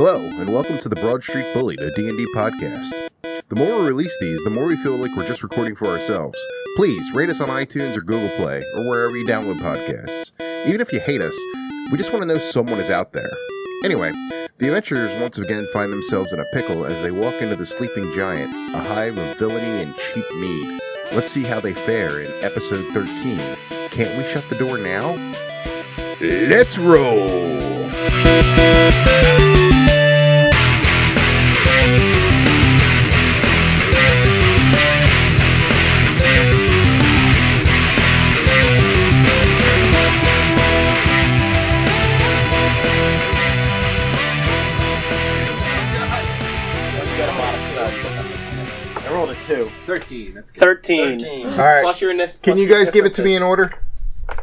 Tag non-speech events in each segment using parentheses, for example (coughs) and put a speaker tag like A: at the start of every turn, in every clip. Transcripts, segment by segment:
A: welcome to the Broad Street Bullied, a D&D podcast. The more we release these, the more we feel like we're just recording for ourselves. Please rate us on iTunes or Google Play or wherever you download podcasts. Even if you hate us, we just want to know someone is out there. Anyway, the adventurers once again find themselves in a pickle as they walk into the sleeping giant, a hive of villainy and cheap mead. Let's see how they fare in episode 13. Can't we shut the door now? Let's roll!
B: I rolled a two.
C: 13. That's good.
D: 13.
A: All right.
D: Plus your initiative.
A: Can you guys give it to me in order?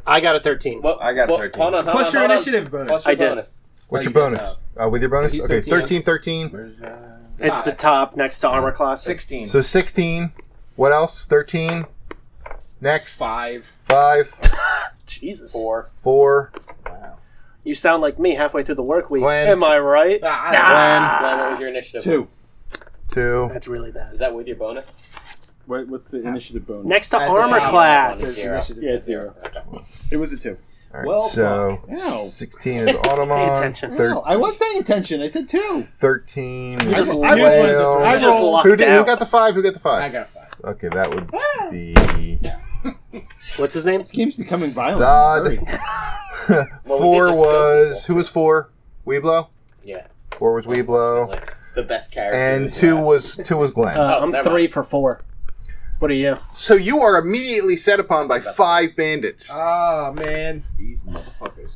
D: I got a 13.
E: What, I got a
D: what-
E: 13.
D: Hold on, hold
C: Plus
D: on,
C: your
D: hold on.
C: initiative bonus.
D: Plus your
C: I did.
D: bonus.
A: What's
E: Oh,
A: your
E: you got
A: bonus? Uh, with your bonus?
D: he's
A: okay,
D: 13,
A: 13, 13.
E: Where's, uh,
D: It's the top next to armor class.
E: 16.
A: So 16. What else? 13. Next.
C: Five.
A: 5.
D: Jesus.
B: Four.
A: 4.
D: You sound like me halfway through the work week.
A: Glenn.
D: Am I right?
C: Ah, I-
B: Glenn, what was your initiative?
C: Two.
A: 2.
D: That's really bad.
B: Is that with your bonus?
C: What, what's the initiative bonus?
D: Next to
C: I
D: armor
C: think I-
D: class.
B: Zero.
C: Initiative. Yeah, it's zero. It was a two.
A: All right,
C: Well,
A: so
C: fuck. Ow.
A: 16 is Automon.
D: attention.
A: Thir-
C: No, I was paying attention. I said two.
A: 13 is
D: just- I
C: just wanted to
A: Leo.
C: throw-
D: I just
C: rolled-
D: locked
A: who, did,
D: out.
A: who got the 5? Who got the 5?
C: I got a five.
A: Okay, that would be (laughs)
D: What's his name? Uh,
C: This game's becoming violent.
A: Zod.
C: Hurry.
A: 4
B: just
A: was. Who was 4? Weeblo?
B: Yeah.
A: 4 was Weeblo.
B: Like the best character.
A: And
B: is
A: 2
B: last.
A: was 2 was Glenn.
D: Uh,
B: Oh,
D: I'm
B: never
D: three for four. What are you?
A: So you are immediately set upon by 5 bandits.
E: Uh,
C: Ah man,
E: These motherfuckers.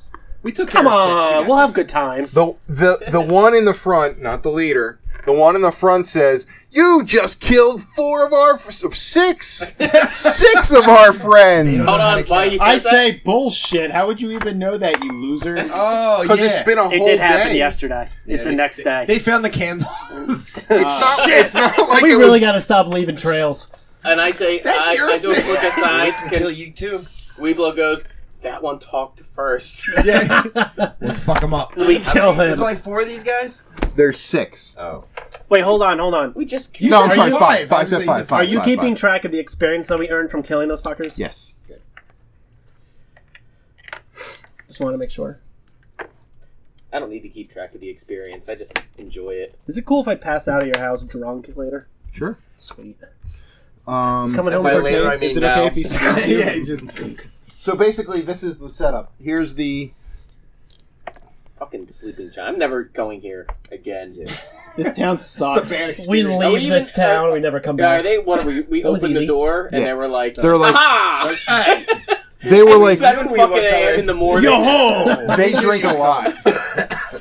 C: we took.
D: Come
C: care of six. We
D: on.
C: got
D: We'll have
C: this.
D: good time.
A: The the the one in the front, not the leader. The one in the front says, "You just killed four of our f- six, six of our friends."
B: Hold on, why you said
C: I
B: that?
C: say bullshit. How would you even know that, you loser?
E: Oh,
A: Because it's been a
D: It
A: whole
D: did happen
A: day.
D: yesterday. it's the
E: they-
D: next day.
C: they found the candles.
A: It's not. It's not like
D: we
A: it
D: really
A: was.
D: got to stop leaving trails.
B: And I say, I,
E: your
B: I do a
E: thing.
B: quick aside.
E: kill
B: Can,
E: you too.
B: Weeblo goes, that one talked first.
E: Yeah.
C: Let's fuck them up.
D: We kill him.
E: like four of these guys?
A: There's six.
E: Oh.
D: Wait, hold on, hold on.
B: We just
C: You
B: killed
A: No, I'm
C: said
A: sorry.
C: five.
A: Five.
C: I
A: Five.
C: was
A: Said
C: thinking
A: five.
C: five.
A: five,
D: Are you
A: five,
D: keeping
A: Five.
D: track of the experience that we earned from killing those fuckers?
A: Yes.
D: Just want to make sure.
B: I don't need to keep track of the experience. I just enjoy it.
D: Is it cool if I pass out of your house drunk later?
A: Sure.
D: Sweet.
A: Um,
D: Coming home
B: By
D: for
B: later,
D: dinner.
B: I mean
C: Is it
B: now.
C: okay
B: (laughs)
D: (laughs)
C: if he speaks to you?
E: yeah, you just.
A: so basically, this is the setup. Here's the.
B: Fucking sleeping giant. I'm never going here again. Uh,
C: This town sucks.
D: We
B: Are we
D: leave
B: even-
D: this town, we never come
B: Yeah,
D: back.
B: are they? What are we? We
D: That was
B: opened the
D: easy.
B: door and
A: Yeah.
B: they were like,
A: They're like-
B: "Aha!"
E: Hey,
A: They were like.
B: Seven
E: we
B: fucking
E: look
B: a.m. in the morning.
C: Yo ho!
A: They drink a lot.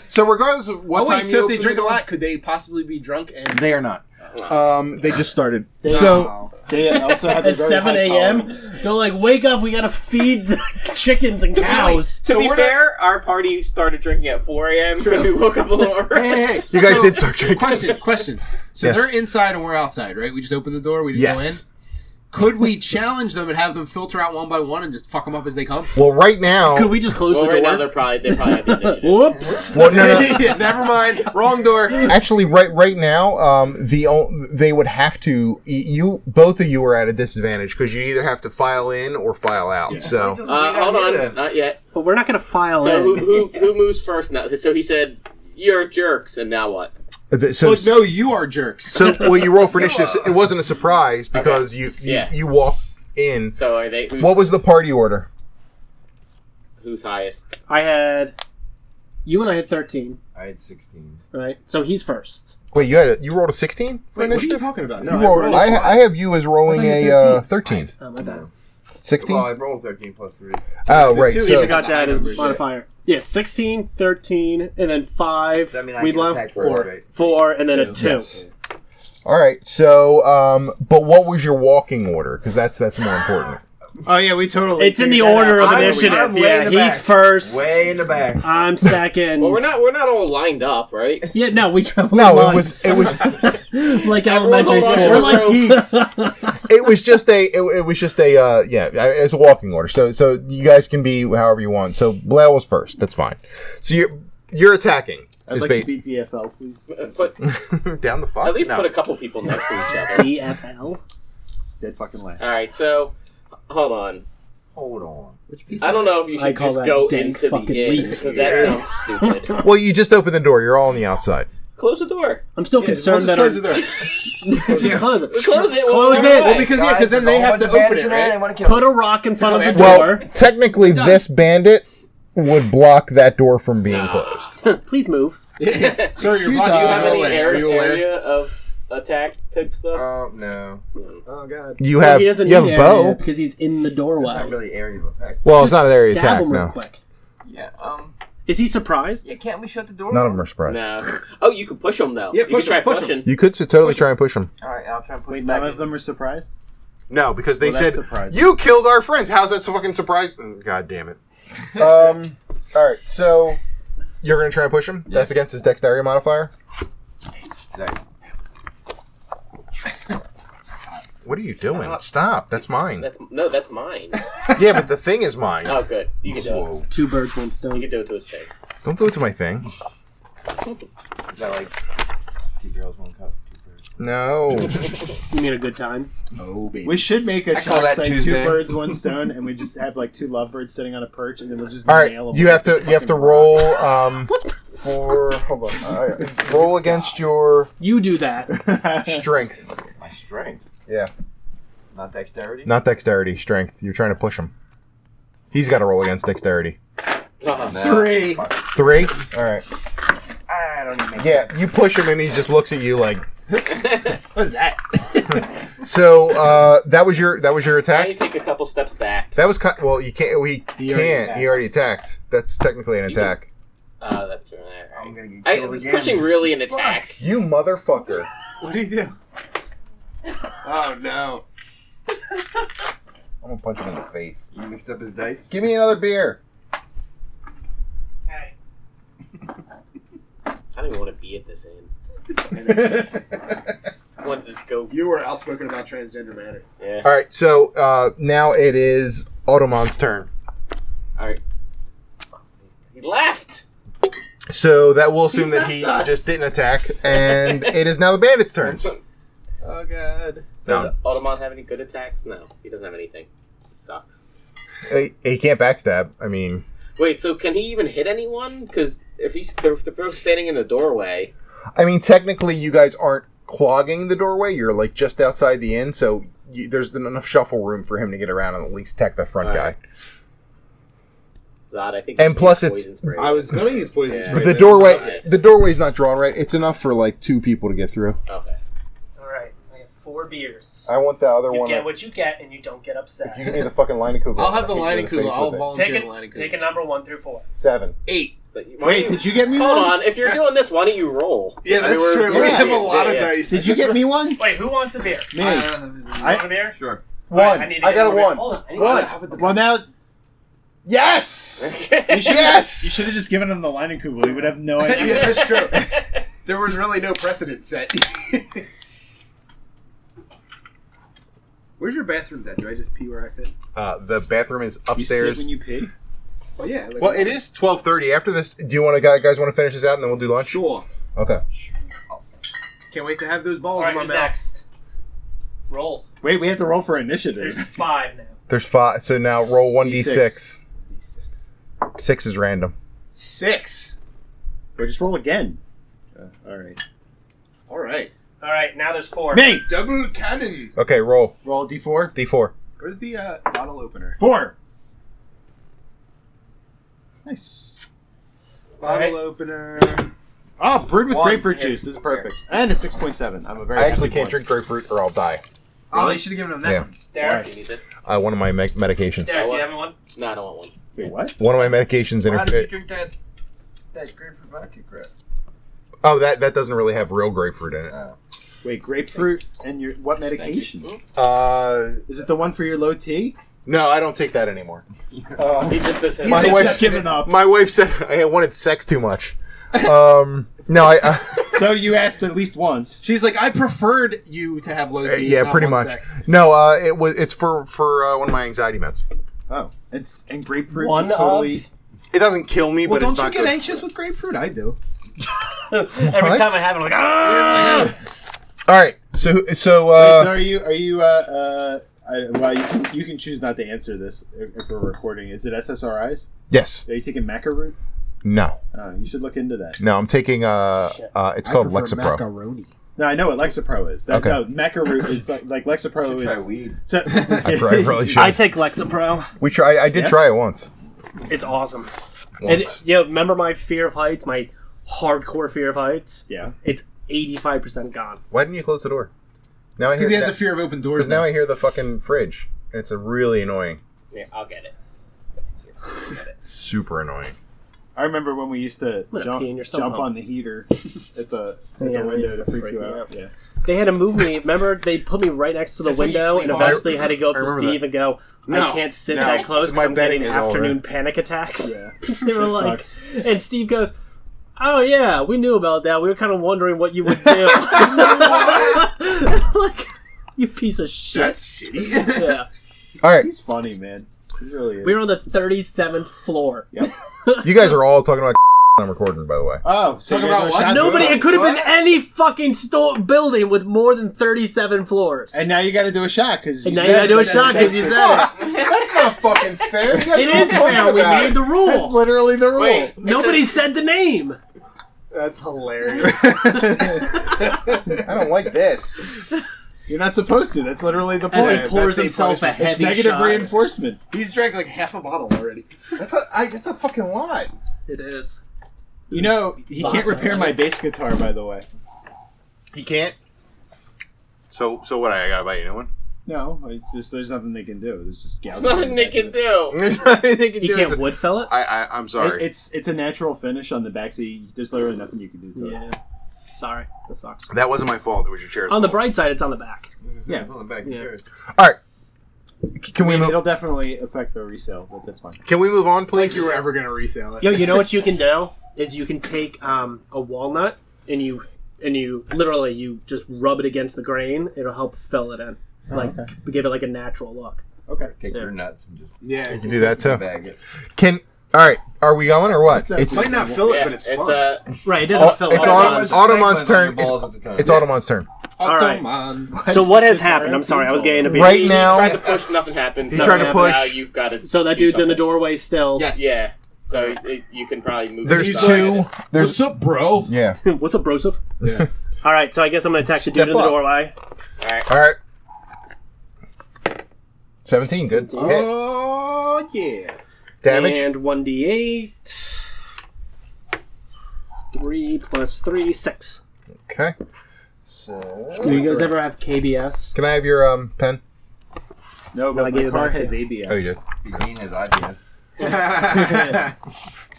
A: so regardless of what
E: oh,
A: time
E: wait,
A: you
E: so if they
A: open
E: drink
A: the
E: a
A: door-
E: lot, could they possibly be drunk and.
A: they are not. Um, they just started. So
C: They also have a
D: At
C: very
D: 7
C: high
D: a.m.,
C: tolerance.
D: (laughs) they're like, wake up, we gotta feed the (laughs) chickens and cows.
B: To
E: So
B: be
E: we're not-
B: fair, our party started drinking at 4 a.m. because we woke up a little
E: Hey,
B: early.
E: hey, hey.
A: you guys
E: So-
A: did start drinking.
E: Question, question. So
A: Yes.
E: they're inside and we're outside, right? We just open the door, we just go in.
A: Yes.
E: Could we challenge them and have them filter out one by one and just fuck them up as they come?
A: Well, right now.
D: Could we just close
B: Well,
D: the
B: right
D: door?
B: now they're probably they're probably Uh, at the (laughs) initiative.
D: Whoops!
A: Well, no, no.
E: (laughs) Yeah, Never mind. Wrong door.
A: (laughs) Actually, right right now, um, the o- they would have to y- you both of you are at a disadvantage because you either have to file in or file out. So
B: Uh, hold on, not yet.
D: But we're not gonna file
B: So
D: in.
B: who, who who moves first now? So he said, "You're jerks," and now what?
A: th- so
E: Well, no, you are jerks.
A: so well, you roll for initiative. It wasn't a surprise because you you,
B: Yeah.
A: you walked in.
B: So are they? Who's,
A: What was the party order?
B: who's highest?
D: I had. You and I had 13,
E: I had 16.
D: right? So he's first.
A: Wait, you had a, you rolled a sixteen for
C: Wait, what are you
A: initiative.
C: talking about?
A: You
C: No,
A: rolled-
C: rolled a
A: I,
C: five.
A: I have you as rolling
C: I thought
A: a
C: you
A: uh,
C: had
A: thirteen.
D: Oh, my bad.
A: Sixteen.
E: Oh, I rolled 13 plus 3.
A: oh, right.
C: two
A: So
C: even-
D: Forgot to add his
E: Shit.
D: modifier. Yeah, 16, 13, and then 5.
E: I mean, I
D: we'd
E: get
D: love
E: attacked
D: four,
E: first, right?
D: four, and then a 2.
A: all right. So, um, but what was your walking order? Because that's that's
D: (gasps)
A: more important.
C: Oh yeah, we totally.
D: It's in the
C: figured that
D: order
C: out.
D: of
E: I'm-
D: initiative.
E: I'm way
D: yeah,
E: in the
D: he's
E: back.
D: first.
E: in the back.
D: I'm second.
B: Well, we're not we're not all lined up, right?
D: Yeah, no, we travel.
A: No,
D: in
A: it was it
D: lines.
A: was
D: like
B: Everyone
D: elementary
B: hold
D: school.
B: on
C: We're like
B: Bro.
C: geese.
A: it was just a it, it was just a uh, yeah I- it's a walking order so so you guys can be however you want so Blair was first that's fine so you're you're attacking
C: I'd
A: It's
C: like
A: bait.
C: to beat DFL,
D: (laughs)
C: please.
B: But
A: (laughs) Down the fuck.
B: at least
A: No.
B: put a couple people next to each other.
D: DFL.
C: Dead fucking last.
B: All right, so hold on.
E: Hold on. Which piece?
B: I don't know if you
D: I
B: should
D: call
B: just
D: that
B: go
D: dank
B: into the
D: fucking
B: game
D: leaf.
B: because that sounds
D: (laughs)
B: stupid.
A: well, you just open the door. You're all on the outside.
B: Close the door.
D: I'm still concerned that (laughs)
E: close it
D: our-
E: there.
D: just
E: Yeah.
D: close it.
B: Just close it. We'll
D: Close it.
B: go away.
E: Well, because yeah, because then they have to open it, right?
D: Put a rock in front of the
A: Well,
D: door.
A: technically, this bandit would block that door from being closed.
D: Please move.
E: Yeah. (laughs) Sir, you're
C: Excuse
B: do
E: blocking
B: you
C: us.
B: have any
E: the hallway.
B: area,
E: Are you aware? Uh,
B: area of attack type stuff?
F: Um, no.
C: Oh god.
A: You have
D: he doesn't
A: you have
D: need
A: bow.
D: area because he's in the doorway.
F: really area of effect.
A: Well, it's
D: Just
A: not an area
D: stab
A: attack.
D: him real
A: No,
D: quick.
F: Yeah. Um.
D: Is he surprised?
F: Yeah. Can't we shut the door?
A: none of them are surprised.
B: No. Oh, you can push them though.
E: Yeah,
B: you
E: push
B: can try
E: 'em, push 'em.
B: pushing.
A: You could so totally try and push him.
F: All right. I'll try and push
C: Wait,
F: it back.
C: none of
F: in.
C: them are surprised?
A: No, because they
C: Well, that's surprising.
A: you killed our friends. How's that so fucking surprising? God damn it. (laughs) Um. all right, so you're gonna try and push him. That's against his dexterity modifier.
F: Sorry.
A: What are you doing? Stop. That's mine.
B: That's no, that's
E: (laughs)
B: mine.
A: yeah, but the thing is mine.
B: Oh, good. You can do it.
F: Whoa.
D: Two birds, one
B: You
D: stone.
B: can do it to his
E: (laughs)
B: face.
A: Don't do it to my thing.
F: Is that like two girls, one cup? Two birds.
A: No.
D: You made a good time.
C: Oh baby. We should make a
E: call
C: shot
E: that
C: like two
E: Tuesday.
C: birds, one stone, and we just have like two lovebirds sitting on a perch, and then we'll just
A: All right,
C: nail them.
A: you have to you have to roll um for hold on All right, roll against your
D: You do that.
A: strength,
F: My strength.
A: Yeah.
F: Not dexterity.
A: not dexterity, strength. You're trying to push him. He's got to roll against dexterity.
F: No.
C: Three.
A: Three. All right.
F: I don't even.
A: Yeah, you push him and he just looks at you like.
E: What's that?
A: So uh, that was your that was your
B: Now you
A: attack.
B: take a couple steps back.
A: That was kind. Well, you can't. We
C: He
A: can't.
C: already
A: He already attacked. That's technically an
B: You can-
A: attack.
B: Uh, that's right.
F: I'm gonna get
B: I,
F: killed
B: it's
F: again.
B: pushing (laughs) really an attack.
A: You motherfucker.
E: What do you do? Oh no.
A: I'm gonna punch him in the face.
F: You mixed up his dice.
A: Give me another beer. (laughs)
B: I don't even want to be at this
E: (laughs)
B: end. I want to just go.
E: You were outspoken about transgender matter.
B: Yeah.
A: All right. So uh, now it is Automon's turn.
B: He left.
A: So that will assume that he just didn't attack, and it is now the bandit's turns.
E: Oh god.
A: No,
B: Automon have any good attacks? No, he doesn't have anything. Sucks.
A: he, he can't backstab. I mean,
B: Wait, so can he even hit anyone? Because if he's they're, they're standing in the doorway,
A: I mean, technically, you guys aren't clogging the doorway. You're like just outside the inn, so you, there's enough shuffle room for him to get around and at least attack the front
B: All
A: guy.
B: right. Zod, I think.
A: And
B: he's
A: plus it's-
B: poison spray.
E: I was gonna use poison
B: Yeah.
E: spray.
A: But
B: Right,
A: the
E: then.
A: doorway,
B: Right.
A: the doorway's not drawn right. It's enough for like two people to get through.
B: Okay.
D: All right, I have four beers.
A: I want the other
D: You
A: one.
D: get
A: that-
D: what you get, and you don't get upset.
A: If you can get the fucking line of
E: I'll have the lining kugel. I'll volunteer
D: Pick
E: the
D: a,
E: lining
D: pick a
E: kugel.
D: number one through four.
A: Seven.
E: Eight.
B: But you- why
C: Wait,
B: don't you-
C: did you get me
B: Hold
C: one?
B: on, if you're doing this, why don't you roll?
E: Yeah,
B: I mean,
E: that's
B: we're-
E: true.
B: we're-
E: We
A: yeah,
E: have a
B: yeah,
E: lot of
B: yeah.
E: dice.
C: Did you get me one?
D: Wait, who wants a beer?
C: Me.
D: You
E: I,
D: want a beer?
E: sure.
D: All right,
A: One. I got a
D: more beer.
A: one.
D: Hold on, I need
A: One.
D: more beer.
C: Well now
A: Yes.
B: (laughs)
C: you should
A: Yes!
C: you should have just given him the line and Kubel. He would have
A: (laughs)
C: no
E: yeah,
C: idea.
E: that's true. (laughs) There was really no precedent set. (laughs) Where's your bathrooms at? Do I just pee where I sit?
A: Uh, the bathroom is
C: You sit
A: upstairs.
C: when you pee.
E: Well, Oh, yeah. like-
A: Well, it is twelve thirty. After this, do you want to guys want to finish this out and then we'll do lunch?
E: Sure.
A: Okay.
E: Can't wait to have those
D: All
E: balls
D: right,
E: in my
D: who's
E: mouth.
D: next? Roll.
C: Wait, we have to roll for initiative.
D: There's five now.
A: There's five. So now roll one d six.
E: Six.
A: Six is random.
E: Six.
C: Or just roll again. Uh, all right.
E: All right.
D: All right, now there's four.
C: Me.
E: Double cannon.
A: Okay, roll
C: Roll D four.
A: d four.
E: Where's the uh, bottle opener?
C: Four. Nice.
E: Bottle
D: Alright.
E: opener.
C: Oh, brewed with
F: One.
C: grapefruit
F: Here.
C: juice. This is perfect. And it's six point seven. I'm a very.
A: I actually
C: happy
A: can't
C: boy.
A: drink grapefruit or I'll die.
E: Oh, you should have given him that
A: Yeah.
E: one.
D: Derek,
B: Do you need this?
A: Uh, one of my me- medications.
D: Derek, you having one?
B: No, I don't want one.
C: Wait, what?
A: One of my medications
F: Why did you
A: interferes.
F: drink that? That grapefruit vodka crap.
A: Oh, that that doesn't really have real grapefruit in it.
F: Oh.
C: Wait, grapefruit and your what medication?
B: Thank
A: Uh,
C: Is it the one for your low T?
A: no, I don't take that
E: (laughs)
A: anymore.
B: you. He just doesn't-
A: My
C: He's
A: wife's
C: just giving up.
A: My wife said (laughs) I wanted sex too much. Um, no, I.
E: (laughs)
A: Uh,
C: So you asked at least once.
E: She's like, I preferred you to have low
A: Uh,
E: Z.
A: yeah,
E: not
A: pretty
E: one
A: much.
E: sex.
A: No, uh, it was. It's for for uh, one of my anxiety meds.
C: Oh, it's and grapefruit
D: One
C: just totally.
D: of-
A: It doesn't kill me,
E: Well,
A: but it's
E: don't
A: not
E: you get
A: good.
E: anxious with grapefruit? I do.
D: Every
A: What?
D: time I have it, I'm like, ah!
A: All right. So so
C: Wait, so
A: uh,
C: are you are you uh, uh I, well you can, you can choose not to answer this if, if we're recording. Is it SSRIs?
A: yes.
C: Are you taking Maca root?
A: No.
C: Uh, you should look into that.
A: No, I'm taking uh, uh it's
G: I
A: called
G: prefer
A: Lexapro.
G: Macaroni.
C: No, I know what Lexapro is. That,
A: Okay.
C: No, Maca root is like, like Lexapro
F: Should try
C: is.
F: weed.
C: So,
A: I
C: (laughs)
A: probably really should.
D: I take Lexapro.
A: we try. I did
C: Yeah.
A: try it once.
D: It's awesome.
A: Oh,
D: And
A: Once.
D: yeah, remember my fear of heights, my hardcore fear of heights?
C: yeah.
D: It's 85% gone.
A: Why didn't you close the door? Now I hear
E: Because he has
A: that-
E: a fear of open doors.
A: Because now
E: Now
A: I hear the fucking fridge, and it's a really annoying,
B: Yeah, I'll get it.
A: super annoying.
C: I remember when we used to
D: gonna
C: jump,
D: pee in your sub
C: jump
D: pump.
C: on
D: (laughs)
C: the heater at
D: Yeah,
C: the, at the
D: that
C: window
D: used
C: to
D: to
C: freak
D: freak
C: you
D: me
C: out.
D: out.
C: Yeah.
D: They had to move
A: (laughs)
D: me. Remember, they put me right next to the
E: That's what you
D: window
E: sleep
D: and
E: on.
D: eventually had to go up
A: I
D: to
A: remember
D: Steve and go, I
E: No,
D: can't sit
E: no,
D: that close
A: my
D: because I'm getting
A: betting is over.
D: afternoon panic attacks.
C: Yeah.
D: (laughs) they were
C: That
D: like,
C: sucks.
D: and Steve goes, "Oh yeah, we knew about that. We were kind of wondering what you would do."
E: (laughs)
D: (laughs) like, you piece of shit.
E: that's shitty.
D: Yeah,
A: All right,
C: He's funny, man. He really is.
D: we were on the thirty seventh floor.
A: you guys are all talking about. (laughs) I'm recording, by the way.
C: oh, so
E: Talk
C: you're
E: about
C: doing
E: what?
C: shots-
D: Nobody. It could have been
E: What?
D: any fucking store building with more than thirty seven floors.
C: And now you got to do a shot because
D: And now you gotta do a shot because you said it.
A: That's not fucking (laughs) fair.
D: It is fair. We made the
G: That's
D: rule.
G: literally the rule.
F: Wait,
D: Nobody said the name.
G: That's
D: (laughs)
G: hilarious.
A: I don't like this.
C: You're not supposed to. That's literally the
D: As
C: point.
D: he pours
F: a
D: himself a
F: punishment.
C: it's
D: heavy
C: negative
D: shot.
C: reinforcement.
E: He's drank like half a bottle already.
A: That's a, I, that's a fucking lot.
D: It is.
C: You know, he can't repair my bass guitar, by the way.
A: He can't. So so what? I gotta buy you a new one. (laughs)
C: No, it's just, there's nothing they can do. There's just
B: There's nothing they can do.
A: they can
D: You
A: do
D: can't
A: it.
D: wood fell it.
A: I, I I'm sorry.
C: It, it's it's a natural finish on the back, so you, there's literally nothing you can do to it.
D: Yeah. Sorry, that sucks.
A: that wasn't my fault. It was your chair's
D: On the
A: fault.
D: bright side, it's on the back.
C: Yeah.
F: Hold on, back
D: Yeah.
F: here.
A: C- Can we
C: And
A: move?
C: it'll definitely affect the resale, but that's fine.
A: Can we move on,
G: like
A: please?
G: you were ever gonna resell it.
D: Yo, you know what you can do is you can take um, a walnut and you and you literally you just rub it against the grain. It'll help fill it in, like give it like a natural look.
C: Okay.
F: Take
D: Yeah.
F: your nuts and just
G: Yeah.
A: You can do that too.
F: bag it.
A: Can all right? Are we going or what?
G: That's-
A: It's
G: Might not fill it,
B: Yeah,
G: but it's, fun.
B: uh,
D: Right, it
A: it's
D: doesn't fill. it.
A: on
F: Otherwise,
A: Automon's
F: it's like
A: turn.
F: on the
A: It's,
F: balls at the time.
A: it's Automon's turn.
E: Oh,
D: All right.
E: come on.
D: So what has happened? I'm sorry, I was getting a bit.
A: Right
B: he,
A: now-
B: he tried to push, nothing happened.
A: He
B: so
A: tried to
B: now
A: push.
B: You've got to.
D: So that
B: do
D: dude's in the
B: something.
D: doorway still.
E: Yes.
B: Yeah. So it, you can probably move.
A: There's
B: it.
A: two. There's
E: What's up, bro?
A: yeah.
D: (laughs) What's up, Broseph? All right, so I guess I'm gonna attack the
A: Step
D: dude in the
A: up.
D: doorway.
A: All right. Seventeen. Good. Okay.
E: Oh yeah.
A: Damage.
D: And one d eight. Three plus three, six.
A: Okay. So
D: Do you guys ever have KBS?
A: can I have your um pen?
C: No,
D: I
C: but
D: gave
C: my
D: it
C: car
D: back to
C: has ABS.
A: Oh, you did.
F: Dean has IBS.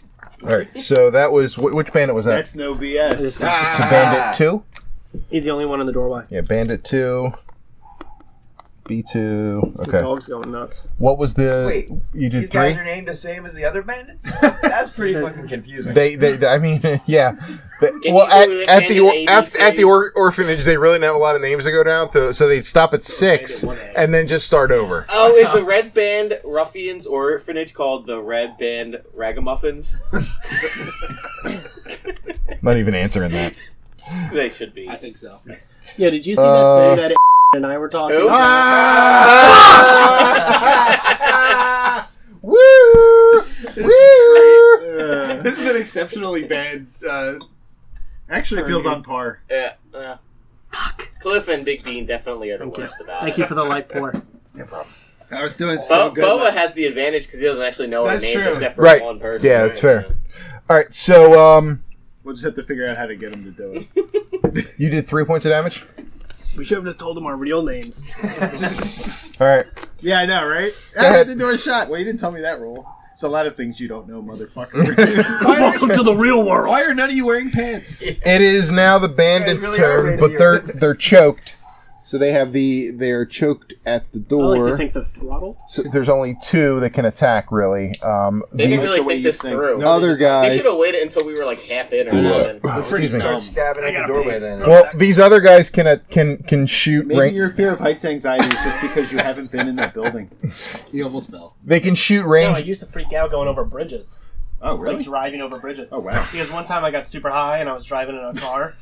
A: (laughs) All right. So that was wh- which bandit was that?
C: That's no BS.
D: This guy.
A: So bandit two.
D: He's the only one in the doorway.
A: Yeah, bandit two. B two.
D: The
A: Okay.
D: dog's going nuts.
A: What was the?
F: Wait,
A: you
F: These
A: did
F: guys
A: three.
F: are named the same as the
A: (laughs)
F: other bandits? That's pretty fucking confusing.
A: They, they, I mean, (laughs) yeah. They-
B: Can
A: well,
B: you
A: at,
B: do it
A: at
B: in
A: the
B: the
A: or,
B: 80s,
A: at, at the
B: 80s?
A: or, orphanage, they really didn't have a lot of names to go down, to, so they'd stop at six and then just start over.
B: Oh, is the Red Band Ruffians orphanage called the Red Band Ragamuffins?
A: (laughs) Not even answering that.
B: they should be.
E: think so.
D: Yeah, did you see
A: Uh,
D: that
A: Ah!
D: thing that (laughs) and I were talking
B: Who?
D: about?
A: (laughs) Woo! Woo!
C: Uh,
E: (laughs) This is an exceptionally bad. Uh,
C: actually feels on par.
B: Yeah. Uh, Fuck. Cliff and Big Dean definitely are the
D: Thank you.
B: worst about
D: Thank
B: it.
D: you for the light pour.
E: I was doing so
B: Bo-
E: good.
B: Boba has the advantage because he doesn't actually know our
E: That's
B: names
E: true.
B: except for
A: Right.
B: one person.
A: Yeah, that's fair. All right, so um,
C: We'll just have to figure out how to get him to do it.
A: you did three points of damage.
D: We should have just told them our real names.
A: All right,
C: (laughs) yeah, I know, right? Ah, I
A: ahead.
C: had to do a shot. Well, you didn't tell me that rule. It's a lot of things you don't know, (laughs) motherfucker.
D: (laughs) Welcome to the real world.
E: Why are none of you wearing pants?
A: it is now the bandits'
F: really are
A: turn,
F: right
A: but
F: here.
A: they're they're choked. So they have the they're choked at the
D: I
A: door.
D: like to think the throttle.
A: So there's only two that can attack, really. Um,
B: They
A: these
B: didn't really
C: the way
B: think
C: you
B: this
C: think.
B: through.
A: other
B: they
A: guys.
B: should have waited until we were like half in or something.
A: Excuse me.
D: Um,
F: Start stabbing at the doorway then.
A: Well, these other guys can uh, can can shoot.
C: Maybe
A: Ra-
C: your fear of heights anxiety is just because you haven't been in that building.
E: You almost fell.
A: they can shoot
D: No, I
A: range.
D: used to freak out going over bridges.
F: Oh,
D: like driving over bridges.
F: Oh, wow.
D: Because one time I got super high and I was driving in a car,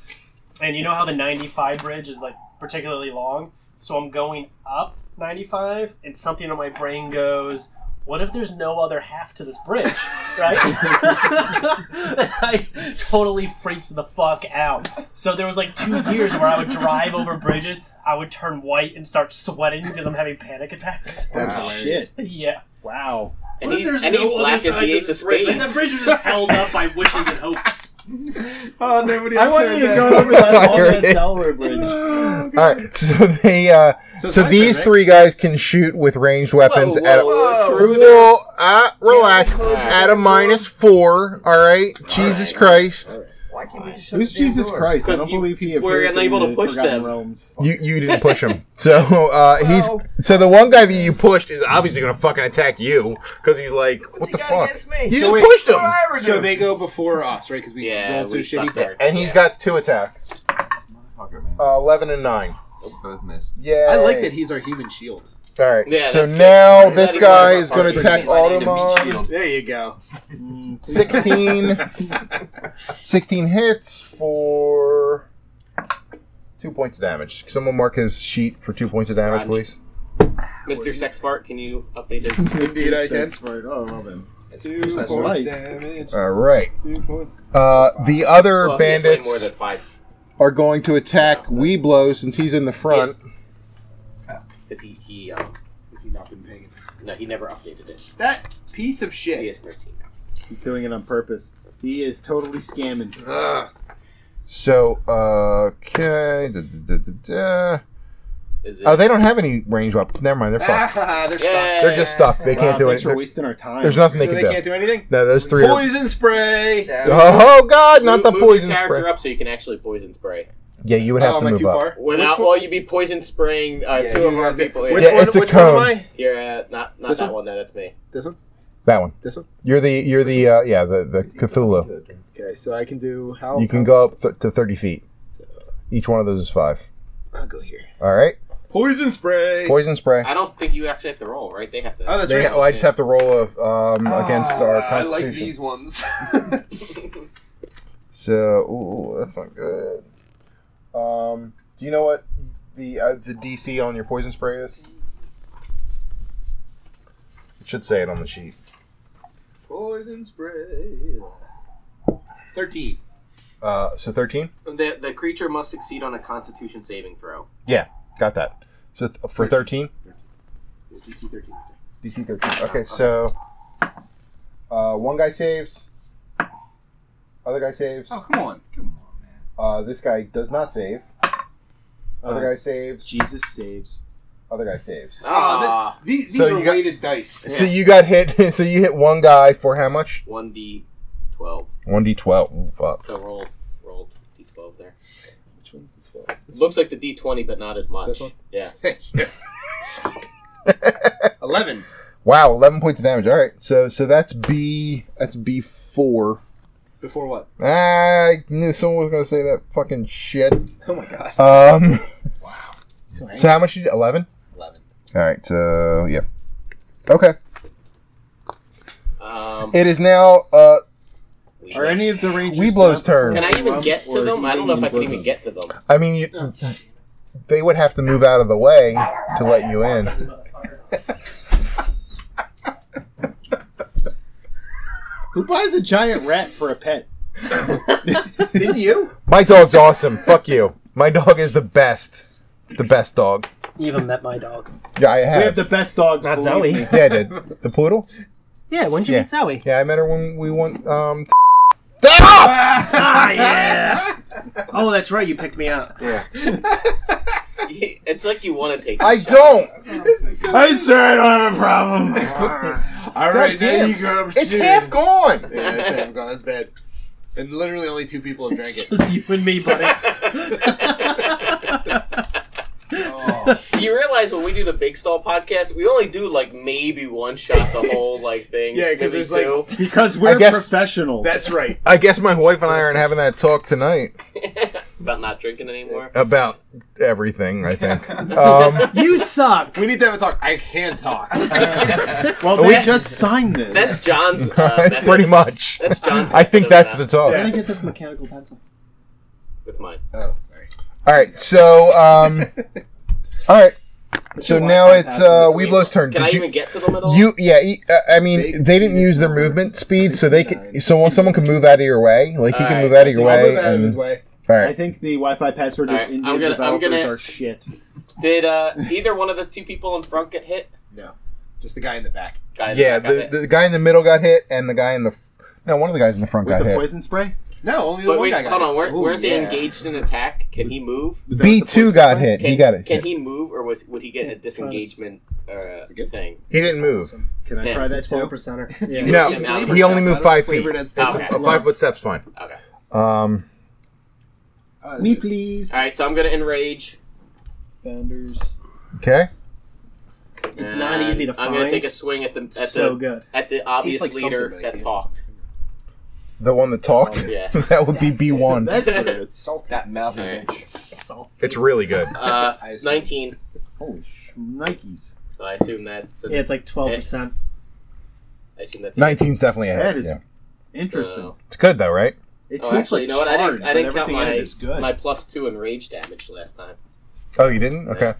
D: and you know how the 95 bridge is like particularly long? So I'm going up 95, and something in my brain goes, what if there's no other half to this bridge, right? (laughs) I totally freaked the fuck out. So there was like two years where I would drive over bridges, I would turn white and start sweating because I'm having panic attacks.
C: That's shit.
D: yeah.
C: Wow.
B: And
D: What if
B: he's,
D: there's
B: and
D: no
B: he's
D: other
B: black as
D: side
B: the
D: to
B: ace of
D: this bridge?
B: spades.
D: Like, that bridge is just held up by wishes and (laughs) hopes.
G: Oh,
E: (laughs)
G: nobody
C: I
G: else
C: want
G: heard
C: you to
G: that.
C: go over
A: (laughs)
C: that long
A: Alright.
C: ass Delaware Bridge.
G: Oh,
A: (laughs)
B: (laughs)
A: All right, so they uh,
E: it's
A: so
E: my
A: these
E: turn, right?
A: three guys can shoot with ranged weapons
B: Whoa,
A: at a,
B: whoa, whoa.
A: well, uh, relax
F: Close the
A: at a minus four. All right, Jesus
F: right.
A: Christ,
F: Why can't we just shut
C: (laughs) Who's
F: the damn
C: Jesus
F: door?
C: Christ? I don't
B: Because you
C: believe he
B: were
C: appears
B: unable
C: in
B: to
C: the
B: push
C: Forgotten
B: them.
C: Realms.
A: you you didn't push him. So uh, he's so the one guy that you pushed is obviously gonna fucking attack you because he's like, what
F: What's
A: the
F: he got
A: fuck?
F: against me?
A: You
E: So
A: just
E: wait,
A: pushed him,
F: What do I ever do?
E: So they go before us, right? Because we
B: Yeah,
E: rolled so
B: we
E: shitty.
B: suck there.
A: and he's got two attacks,
F: Fucker, man.
A: uh, eleven and nine.
F: Both missed.
A: Yeah,
E: I like that he's our human shield.
A: All right,
B: Yeah,
A: so
B: that's true.
A: now
B: Not
A: this
B: even
A: guy
B: one of
A: is
B: our
A: gonna
B: party.
A: attack
F: My name is
A: Autumn.
F: Shield.
G: There you go.
A: 16 16 hits for two points of damage someone mark his sheet for two points of damage
B: Rodney.
A: please
B: Mr. Sex Fart, can you update
A: (laughs)
B: it?
G: Indeed, I can.
C: Right. Oh, Robin.
G: Two
F: That's
G: points
C: right.
G: damage.
A: all right
G: Two points.
A: uh, the other
B: Well, he's way more
A: bandits
B: than five
A: are going to attack Weeblow since he's in the front
B: because he he um
G: Has he not been paying attention?
B: no he never updated it.
E: That piece of
B: He
E: shit.
B: is thirteen now.
C: He's doing it on purpose. He is totally scamming.
G: Ugh.
A: so uh, okay da, da, da, da, da.
B: Is it?
A: oh they don't have any range weapons never mind they're fucked
G: Ah, they're stuck.
B: Yeah.
A: they're just stuck they
C: Wow,
A: can't do
C: thanks for
A: anything
C: wasting our time.
A: there's nothing
G: So
A: they
G: they
A: can do
G: can't do anything?
A: no those three are
E: Poison spray.
A: oh god not
B: Move-
A: the
B: move
A: poison
B: your character
A: spray
B: up so you can actually poison spray.
A: yeah you would
E: Oh,
A: have
E: am
A: to
E: I
A: move
E: too
A: up
E: far?
B: Without,
E: Which
B: well, you'd be poison spraying uh,
E: Yeah,
B: two
E: you
B: of our
E: guys-
B: people.
E: Which
A: yeah
E: one-
A: it's a
E: which one am
A: cone.
E: I?
B: You're uh, not not
E: This
B: that
E: one?
B: one. No, that's me.
E: This one.
A: that one
E: This one.
A: You're the you're the uh, yeah the the Cthulhu.
E: Okay, so I can do how?
A: You can go up th- to thirty feet. Each one of those is five.
E: I'll go here.
A: All right,
E: Poison spray.
A: poison spray.
B: I don't think you actually have to roll, right? They have to.
E: Oh, that's
A: They,
E: right.
A: oh, I just have to roll a, um, against our
E: Ah, I like
A: constitution.
E: these ones. (laughs)
A: So ooh, that's not good. Um, do you know what the uh, the DC on your poison spray is? It should say it on the sheet.
E: Poison spray. Thirteen.
A: Uh, so thirteen.
B: the the creature must succeed on a Constitution saving throw.
A: Got that. So th- for thirteen.
B: DC thirteen.
A: DC 13. Okay, so uh, one guy saves, other guy saves.
E: Oh come on.
F: Come on, man.
A: Uh, this guy does not save. Other guy saves.
C: Uh, Jesus saves.
A: Other guy saves.
B: Ah,
E: These, these
A: So
E: are
A: you got-
E: weighted dice.
C: (laughs)
A: So you got hit. (laughs) So you hit one guy for how much?
B: one D twelve.
A: One d twelve. Fuck.
B: So roll roll D twelve there.
E: Which one's the twelve?
B: Looks like the D twenty, but not as much.
E: This one?
B: Yeah.
A: (laughs)
E: Eleven.
A: Wow, eleven points of damage. All right. So so that's B. That's B four.
E: Before what?
A: Ah, I knew someone was gonna say that fucking shit.
E: Oh my god.
A: Um.
E: So angry.
A: So how much did you? Eleven.
E: Eleven.
A: All right. So yeah. Okay.
B: Um,
A: It is now uh
B: we-
C: Are any of the rangers?
A: Weeblow's turn.
B: can I even get to
C: Or
B: them? I don't know if I can
C: Bosom?
B: even get to them.
A: I mean, you, they would have to move out of the way to let you in.
C: Who buys a giant rat for a pet?
E: (laughs)
C: (laughs)
E: Didn't you?
A: My dog's awesome. Fuck you. My dog is the best. It's the best dog.
D: You even met my dog.
A: Yeah, I
C: We have
A: have.
C: the best dogs.
D: Not
C: believe
D: Zoe.
C: me.
A: yeah, I did. The poodle?
D: Yeah, when'd you
A: Yeah.
D: meet Zowie?
A: Yeah, I met her when we went. Um, Damn off! (laughs)
D: Ah, yeah. oh, that's right. You picked me up.
B: (laughs) it's like you want to take.
A: I
B: the shot.
A: don't.
C: I'm sure I don't have a
B: (laughs)
C: problem.
E: All right,
A: damn.
E: now you go up
A: It's
E: shooting.
A: half gone.
E: Yeah, that's it. I'm gone. That's bad. And literally only two people
G: (laughs)
E: have drank
D: It's
E: it.
D: just you and me, buddy.
E: Oh.
B: You realize when we do the Big Stall podcast, we only do like maybe one shot the whole like thing.
E: Yeah, 'cause
B: maybe
E: there's, like-
B: two.
C: Because we're
A: guess-
C: professionals.
E: That's right.
A: I guess my wife and I aren't having that talk tonight.
B: about not drinking
A: (laughs)
B: anymore.
A: about everything.
B: (laughs)
A: I think. Um,
B: Uh,
A: (laughs)
D: You suck.
E: We need to have a talk. I
G: (laughs)
E: can't talk.
G: Oh,
C: Well,
A: We-
C: they Oh, just signed this.
B: That's John's. Uh, method.
A: pretty much.
B: That's John's.
A: I think
B: method of
A: that's the
B: that.
A: talk.
D: Gotta get this mechanical pencil.
B: That's mine.
G: Oh, sorry.
A: All right. So, (laughs) um, all right. So
D: your
A: now
D: Wi-Fi
A: it's
D: password
A: uh,
D: is
B: Wait,
A: Weeblo's turn.
B: Can I
A: Did
B: even
A: you?
B: get to them at all?
A: You yeah. e- uh, I mean,
G: Big
A: they didn't
G: penis
A: use their
G: number
A: movement speed, so they could. So when someone can move out of your way, like he can
B: Alright,
A: move out of your
B: I'll
G: I'll
A: way.
G: move out of his
A: and-
G: way.
A: All
C: I
A: right.
C: think the Wi-Fi password
B: All
C: is
B: right,
C: Indian
B: I'm gonna- I'm
C: developers
B: gonna-
C: are shit.
B: Did uh, either one of the two people in front get hit?
G: No, just the guy in the back.
B: Guys,
A: Yeah.
B: I got
A: The,
B: hit.
A: the guy in the middle got hit, and the guy in the f- no, one of the guys in the front
C: With
A: got
C: the
A: hit.
C: poison spray?
G: No, only the
B: but
G: one
B: wait,
G: guy. got
B: hold
G: it.
B: on. Weren't,
G: Oh,
B: weren't they
G: yeah.
B: engaged in attack? Can he move?
G: Was that
A: B
G: what the
A: two
G: poison
A: got
G: spray?
A: hit. He
B: Can-
A: got it.
B: Can
A: hit.
B: he move, or was would he get a disengagement uh,
G: It's a good
B: thing?
A: He didn't move.
C: Can I
B: Yeah,
C: try that
D: Twelve
C: too? (laughs)
D: percenter.
B: You
D: Yeah.
A: No,
B: moved him out of
A: he
B: it?
A: only moved five feet.
G: Flavored as
A: It's
B: Okay.
A: a, a five foot step's fine.
B: Okay.
A: Um,
G: Uh,
C: Me, please.
B: All right, so I'm gonna enrage.
C: Founders.
A: (laughs) okay.
D: It's not
B: and
D: easy to
B: I'm gonna
D: find.
B: take a swing at the at
D: so
B: the
D: good.
B: at the obvious
G: Tastes like
B: leader
G: something, but I
B: that
G: can't-
B: talked.
A: The one that talked.
B: Oh, Yeah.
A: (laughs) that would be B one.
C: (laughs) That's what it is.
G: Salt
F: That mouthy
B: Alright.
F: bitch.
D: Salt.
A: It's really
C: (laughs)
A: good.
B: Uh,
G: (laughs) I assume.
B: 19.
C: Holy shnikes.
B: So I assume that's
D: Yeah, it's like twelve percent.
B: I assume that's
A: Nineteen's definitely ahead.
C: That is
A: yeah.
C: Interesting.
B: So-
A: It's good though, right?
C: It
B: Oh,
C: tastes
B: actually, you
C: like
B: know what? I
C: charred,
B: didn't, I didn't
C: but
B: count
C: everything in it is
B: my
C: good.
B: my plus two in rage damage last time.
A: Oh, you didn't? Okay.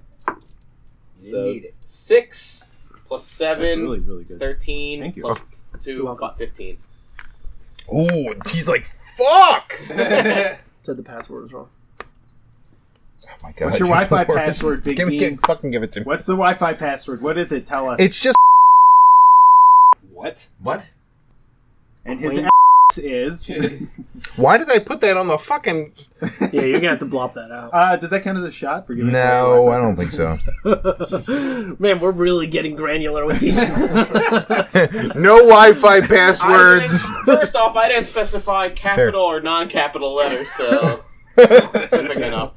G: You
B: So
G: need it.
B: six plus
C: That's
B: seven,
C: really, really good.
B: thirteen
C: Thank you. Oh.
B: plus
D: You're
B: two,
D: welcome.
B: fi- fifteen.
A: Ooh, he's
B: (laughs)
A: like, fuck! Oh
D: Said the password was wrong.
A: my god.
C: What's your
A: you're the
C: Wi-Fi
A: worst.
C: password, Big E?
A: give, me-
C: Bean?
A: give- Fucking give it to me.
C: What's the Wi-Fi password? What is it? Tell us.
A: It's just
G: What?
F: What?
C: and his
D: Wayne-
C: ass is.
B: (laughs)
A: why did I put that on the fucking?
D: Yeah, you're gonna have to blop that
B: (laughs)
D: out.
C: Uh, does that count as a shot for giving?
A: No, I don't think so.
D: Man, we're really getting granular
B: (laughs)
D: with these.
A: no Wi-Fi passwords.
B: I didn't- First off, I didn't specify capital or non-capital letters,
D: (laughs)
B: so specific enough.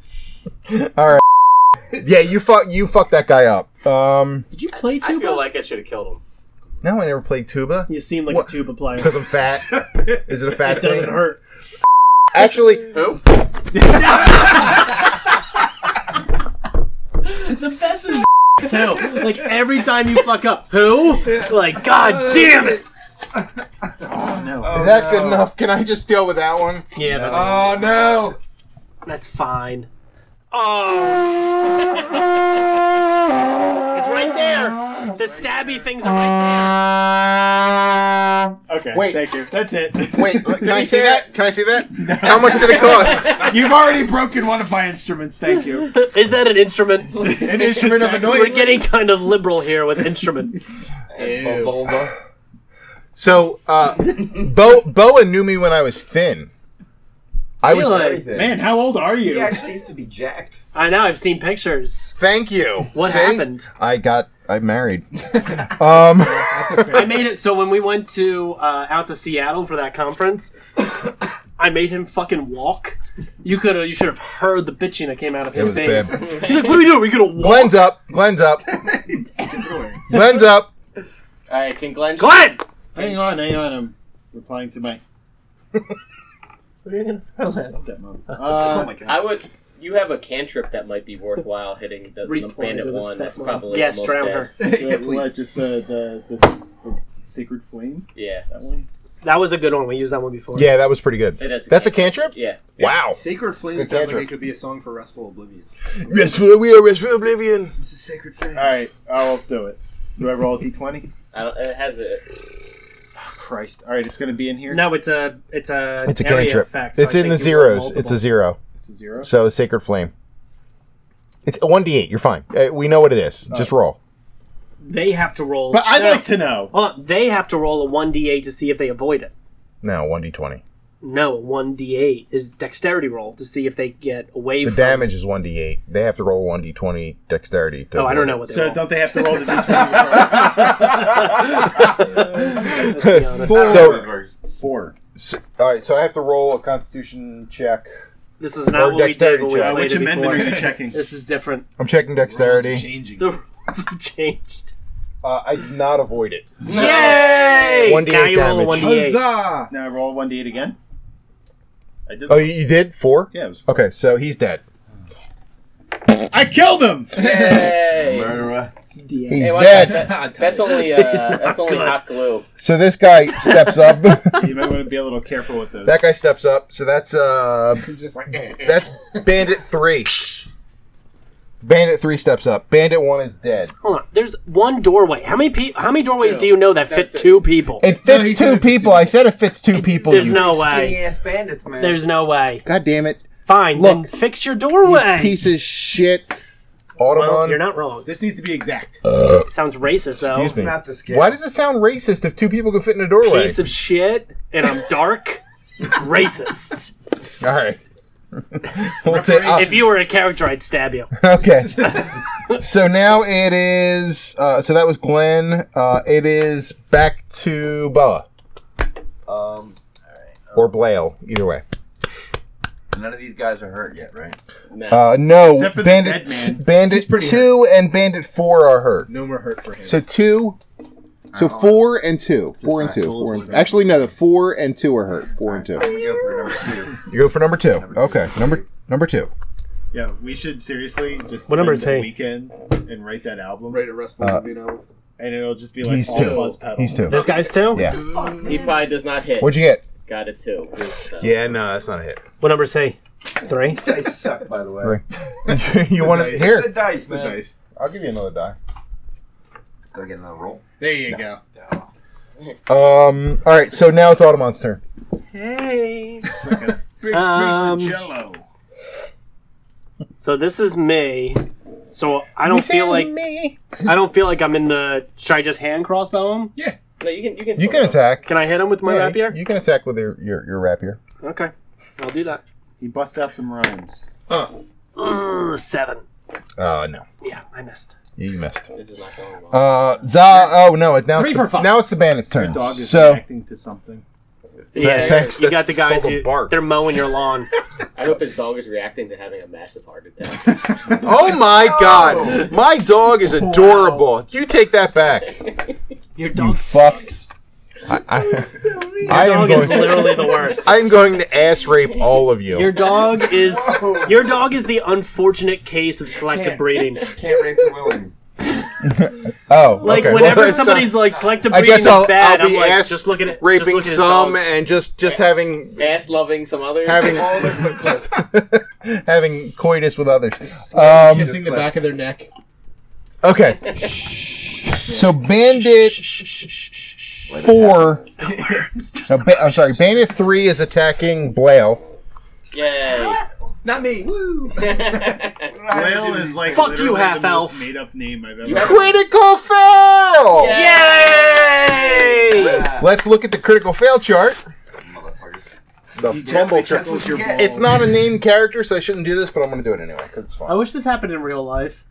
A: yeah, you fuck, you fuck that guy up. Um,
D: Did you play
B: I
D: tuba?
B: feel like I should have killed him.
A: no, I never played tuba
D: you seem like
A: What?
D: a tuba player.
A: because I'm
D: (laughs)
A: fat. Is it a fat
D: It doesn't
A: thing?
D: hurt.
A: Actually,
B: Who?
D: The best is too. Like every time you fuck up, who? Like, god damn it!
C: No.
F: Oh,
A: is that
F: no.
A: good enough? Can I just deal with that one?
D: Yeah, that's
F: Oh no!
D: that's fine. Oh, it's right there. The stabby things are right
C: Okay.
A: Wait.
C: Thank you. That's it.
D: (laughs)
A: Wait, can I see that? Can I see that? How much did it cost?
C: (laughs) You've already broken one of my instruments.
B: (laughs)
C: Thank you.
D: there. Is that an instrument?
G: An instrument
D: (laughs)
G: of
D: We're
G: annoyance.
D: getting kind of liberal here with instrument.
F: Vulva.
A: So, uh, Bo Boa knew me when I was thin. I was.
D: (laughs) Really?
C: Man, how old are you?
F: He actually used to be jacked.
D: I know. I've seen pictures.
A: Thank you.
D: What
A: See?
D: happened?
A: I got.
D: (laughs)
A: I married. um,
D: I made it. So when we went to uh, out to Seattle for that conference, (coughs) I made him fucking walk. You could have. You should have heard the bitching that came out of his
A: was
D: face. He's like, "What are we doing? Are we gonna walk?"
A: Glenn's up.
D: (laughs)
A: Glenn's up. Glenn's up.
B: All right, can Glenn?
D: Glenn.
C: (laughs) Hang on, hang on. I'm replying to my stepmom.
G: oh
C: Uh,
G: my god.
B: I would. You have a cantrip that might be worthwhile hitting the, the
D: Recoil
B: bandit
D: to the
B: one. That's
D: stepmom.
B: probably
D: Yes,
B: almost
D: drown
B: dead.
D: her.
G: (laughs) yeah,
C: the-
G: please.
C: what, just the the, the the sacred flame.
B: Yeah,
C: That one.
D: That was a good one. We used that one before.
A: Yeah, that was pretty good.
B: It is
A: That's a cantrip.
B: Yeah.
A: Wow.
G: Sacred Flame
A: Good
G: sounds like
A: catcher.
G: it could be a song for Restful Oblivion.
A: Restful, we are restful oblivion.
G: This is Sacred Flame.
C: All right, I'll do it. Do I roll a d20?
B: I don't, it has a.
C: Christ! All right, it's gonna be in here.
D: No, it's a it's a
A: It's a
D: area
A: cantrip.
D: effect, so
A: It's
D: I
A: in the
D: think you roll
A: zeros. It's a
D: multiple.
A: zero.
C: It's a zero.
A: So it's sacred flame. It's a one d eight. You're fine. Uh, we know what it is. Just roll.
D: They have to roll.
C: But I'd
D: no,
C: like to know.
D: Hold on. They have to roll a one d eight to see if they avoid it.
A: No, one d twenty.
D: No, a one d eight is dexterity roll to see if they get away
A: The
D: from.
A: damage is one d eight. They have to roll one d twenty dexterity. to
D: Oh, I
A: avoid
D: don't
A: it.
D: know what they
C: So
D: roll.
C: don't they have to roll the d20?
D: to
A: (laughs)
D: be honest.
A: So,
C: Four.
A: so- all right. So I have to roll a Constitution check.
D: This is
A: Or
D: not what we did
A: dexterity
D: when we
A: check.
C: Uh,
D: played
C: which
D: it
C: amendment
D: before.
C: are you (laughs) checking?
D: This is different. (laughs)
A: I'm checking dexterity.
G: Changing.
D: The rules have changed.
A: Uh, I did not avoid it.
D: Yay!
A: 1d8
D: now you roll a
A: damage.
D: one d eight.
G: Huzzah!
C: Now I roll one d8 again. I did.
A: Oh, you, you did four.
C: yeah, it was,
A: Okay, so he's dead.
C: I killed him.
B: Yay!
F: Murderer.
A: He's
B: Hey, what's
A: dead.
B: that? That's
A: (laughs)
B: only uh, that's only
D: good.
B: hot glue.
A: So this guy steps up. (laughs)
C: you might want to be a little careful with those.
A: that guy steps up. So that's uh, that's Bandit three. Bandit three steps up. Bandit one is dead.
D: Hold on. There's one doorway. How many pe- How many doorways do you know that fit
B: That's it.
D: two people?
A: It
G: he
A: fits
G: said it
A: two
G: fits
A: people.
G: two.
A: I said it fits two people.
D: There's
A: you-
D: no way.
G: ass bandits, man.
D: There's no way.
H: God damn it.
D: Fine. then
H: Look.
D: fix your
H: You
D: doorway.
H: piece of shit.
A: Audubon.
D: well, you're not wrong.
G: this needs to be exact.
D: Sounds racist though.
A: Excuse me.
F: Not the scale.
A: Why does it sound racist if two people can fit in a doorway?
D: Piece of shit. And I'm dark. (laughs) racist.
A: All right. (laughs) We'll take- I'll-
D: If you were a character, I'd stab you.
A: okay. so now it is. Uh, so that was Glenn. Uh, it is back to Bella
F: Um,
A: or Blale, either way.
F: none of these guys are hurt yet, right?
A: Uh, no,
C: Except for the
A: Bandit,
C: dead man.
A: t- Bandit
G: pretty
A: two and Bandit four are hurt.
G: No more hurt for him.
A: So two.
H: So four and two. Four and two. Four and Actually, no, the four and two are hurt. Four and two.
F: We go for number two.
A: You go for number two. Okay, number number two.
C: Yeah, we should seriously just
D: What number
C: spend
D: is
C: the
D: hey?
C: weekend and write that album,
G: Right at Restful
A: Uh,
G: Oblivion album.
C: and it'll just be like
A: He's
C: all
A: two.
C: fuzz pedal.
A: He's two.
D: This guy's too.
A: Yeah.
B: He probably does not hit.
A: What'd you get?
B: Got it too. So.
A: Yeah, no, that's not a hit.
D: What number say? Three.
F: They suck, by the way.
A: Right. (laughs) you want to
G: dice.
F: It's the
A: here?
F: dice,
G: The
F: man.
G: dice.
A: I'll give you another die.
F: Gotta get another roll.
G: There you go.
A: Um. All right. So now it's Automon's turn.
D: Hey.
C: Big
D: Um,
C: piece of jello.
D: So this is me. So I don't
A: This
D: feel
A: is
D: like
A: me.
D: I don't feel like I'm in the. Should I just hand crossbow him?
B: No, you can you can
A: You
B: still
A: can
B: go.
A: attack.
D: Can I hit him with my
A: Yeah,
D: rapier?
A: You can attack with your your, your rapier.
D: Okay, I'll do that.
C: He busts out some rhymes.
D: Ugh, seven.
A: Uh, no,
D: Yeah, I missed.
A: you missed.
B: This is not going well.
A: Uh, Za. Oh no, it now
D: Three
A: it's
D: for
A: the,
D: five.
A: now it's the bandit's turn.
C: Dog is
A: So
C: reacting to something.
D: Yeah,
A: thanks,
D: you
A: that's
D: got the guys
A: called a
D: who
A: bark.
D: they're mowing your
A: (laughs)
D: lawn.
B: I hope his dog is reacting to having a massive heart (laughs) attack.
A: (laughs) oh my god, my dog is adorable. You take that back.
D: Your dog
A: fuck.
D: sucks.
A: I, I, I am
D: Dog is
A: going.
D: literally the worst.
A: (laughs) I am going to ass rape all of
D: your
A: you.
D: dog is
A: Oh.
D: your dog is the unfortunate case of selective
F: Can't.
D: breeding.
F: Can't rape the willing.
A: Oh,
D: Like
A: okay. Well, (laughs)
D: whenever
A: that's, uh,
D: somebody's like selective
A: I
D: breeding
A: guess I'll,
D: is bad,
A: I'll
D: I'm
A: be
D: like
A: ass
D: just looking at just
A: raping
D: looking at
A: some
D: His dog.
A: and just just having
B: Ass loving some others.
D: (laughs)
A: having
F: All this look just
A: (laughs) having coitus with others. Um,
G: Kissing the back of their neck.
A: okay. So Bandit four.
D: It's just
A: No, ba- I'm sorry. Bandit three is attacking Blail.
B: Yay.
G: Not me. Woo.
C: Whale is like
D: Fuck
C: literally
D: you, half
C: the most
D: elf.
C: made up name I've ever.
B: You have-
A: Critical fail.
D: Yay!
A: Let's look at the critical fail chart.
F: motherfucker.
A: The fumble chart.
G: That's what your balls.
A: It's not a named character, so I shouldn't do this, but I'm going to do it anyway because it's
D: I
A: fun.
D: wish this happened in real life.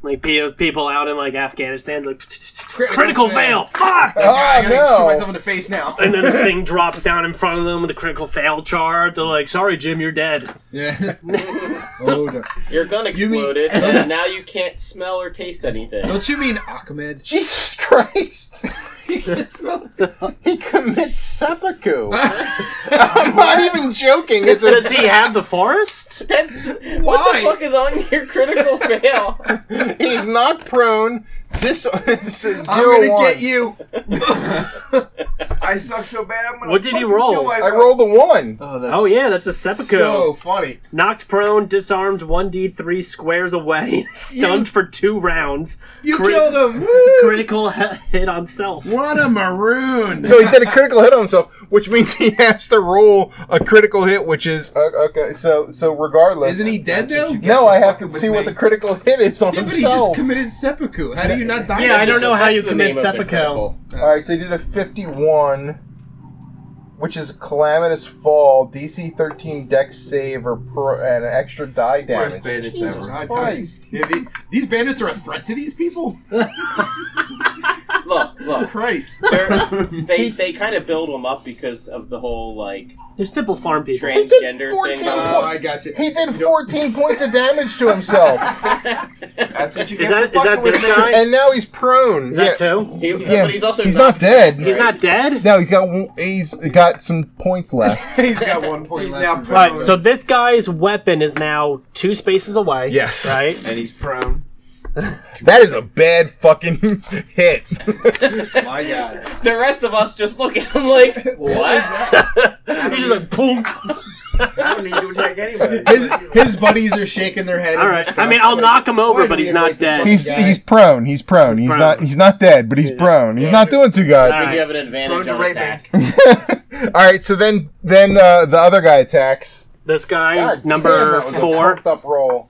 D: Like pe- people out in like Afghanistan, like critical, fail, fuck!
A: Oh
G: I'm gonna shoot myself
A: no!
G: in the face now.
D: And then this thing drops down in front of them with a critical fail chart. They're like, "Sorry, Jim, you're dead."
G: Yeah. oh, no.
B: Your gun
G: You mean-
B: exploded, and now you can't smell or taste anything.
G: Don't you mean Ahmed?
A: Jesus Christ!
G: (laughs)
A: he
G: (laughs)
A: commits seppuku. I'm not even joking. It's a
D: Does he have the
A: (laughs)
D: forest?
B: That's, what
G: Why?
B: the fuck is on your critical fail?
A: He's not prone. This is
G: I'm
A: zero
G: gonna
A: one.
G: get you.
F: I suck so bad. I'm gonna
D: What did he
F: fucking
D: roll?
F: kill my
A: I rolled a one.
G: Oh, that's
D: Oh yeah, that's a seppuku.
G: so funny.
D: Knocked prone, disarmed, one d three squares away, (laughs) stunned for two rounds.
G: You
D: Crit-
G: killed him.
D: Critical he- hit on self.
C: What a maroon!
A: So he did a critical hit on himself, which means he has to roll a critical hit, which is uh, okay. So so regardless,
G: Isn't he dead though? Yeah,
A: No, I have to
F: Fucking with
A: see what
F: me.
A: the critical hit is on
G: but he just
A: himself.
G: committed seppuku. How do you not die?
D: Yeah, I don't know how
B: That's
D: you
B: the
D: commit
B: name of the
D: seppuku.
A: All right, so he did a fifty-one, which is calamitous fall, DC thirteen Dex save, or pro, and an extra die damage.
F: Worst bandits
A: Jesus
F: ever.
A: Christ.
G: Yeah, the- these bandits are a threat to these people.
B: look, look.
E: Oh,
A: (laughs)
E: Christ. uh,
B: They're, they they kind of build him up because of the whole like
D: They're simple farm people.
B: transgender
A: did
B: thing. Uh,
A: 14
B: going
E: Oh,
B: on.
E: I got you.
A: He did 14 points of damage to himself,
F: That's what you
D: Is that
F: get for
D: is that
F: fucking
D: this
F: with me.
D: guy?
A: and now he's prone.
D: Is that two?
B: He-
A: Yeah,
B: but he's also
A: he's not, dead.
D: He's not dead.
A: No, he's got one- he's got some points left.
E: (laughs) He's got one point left.
F: now
E: in his
D: All right,
E: armor.
D: so this guy's weapon is now two spaces away.
A: Yes.
D: Right.
F: And he's prone.
A: That is a bad fucking hit.
E: my (laughs) God.
B: The rest of us just look at him like what?
D: He's just like boom.
F: I don't need to attack anyway.
E: (laughs) His, his buddies are shaking their head. in
D: All right. I
E: disgust.
D: mean, I'll knock him over,
E: Wait a
D: but he's
E: minute,
D: not
E: wait, this
D: dead.
E: one-
A: He's
E: Guy.
A: he's prone. He's prone. He's,
D: prone.
A: not he's not dead, but he's prone. He's not doing too good.
D: All
B: Did you
D: right.
B: have an advantage
F: Prone to
B: on
F: raping.
B: attack?
A: (laughs) All right, so then then uh, the other guy attacks.
D: This guy
A: God damn,
D: number
A: that was a
D: four.
A: fucked up roll.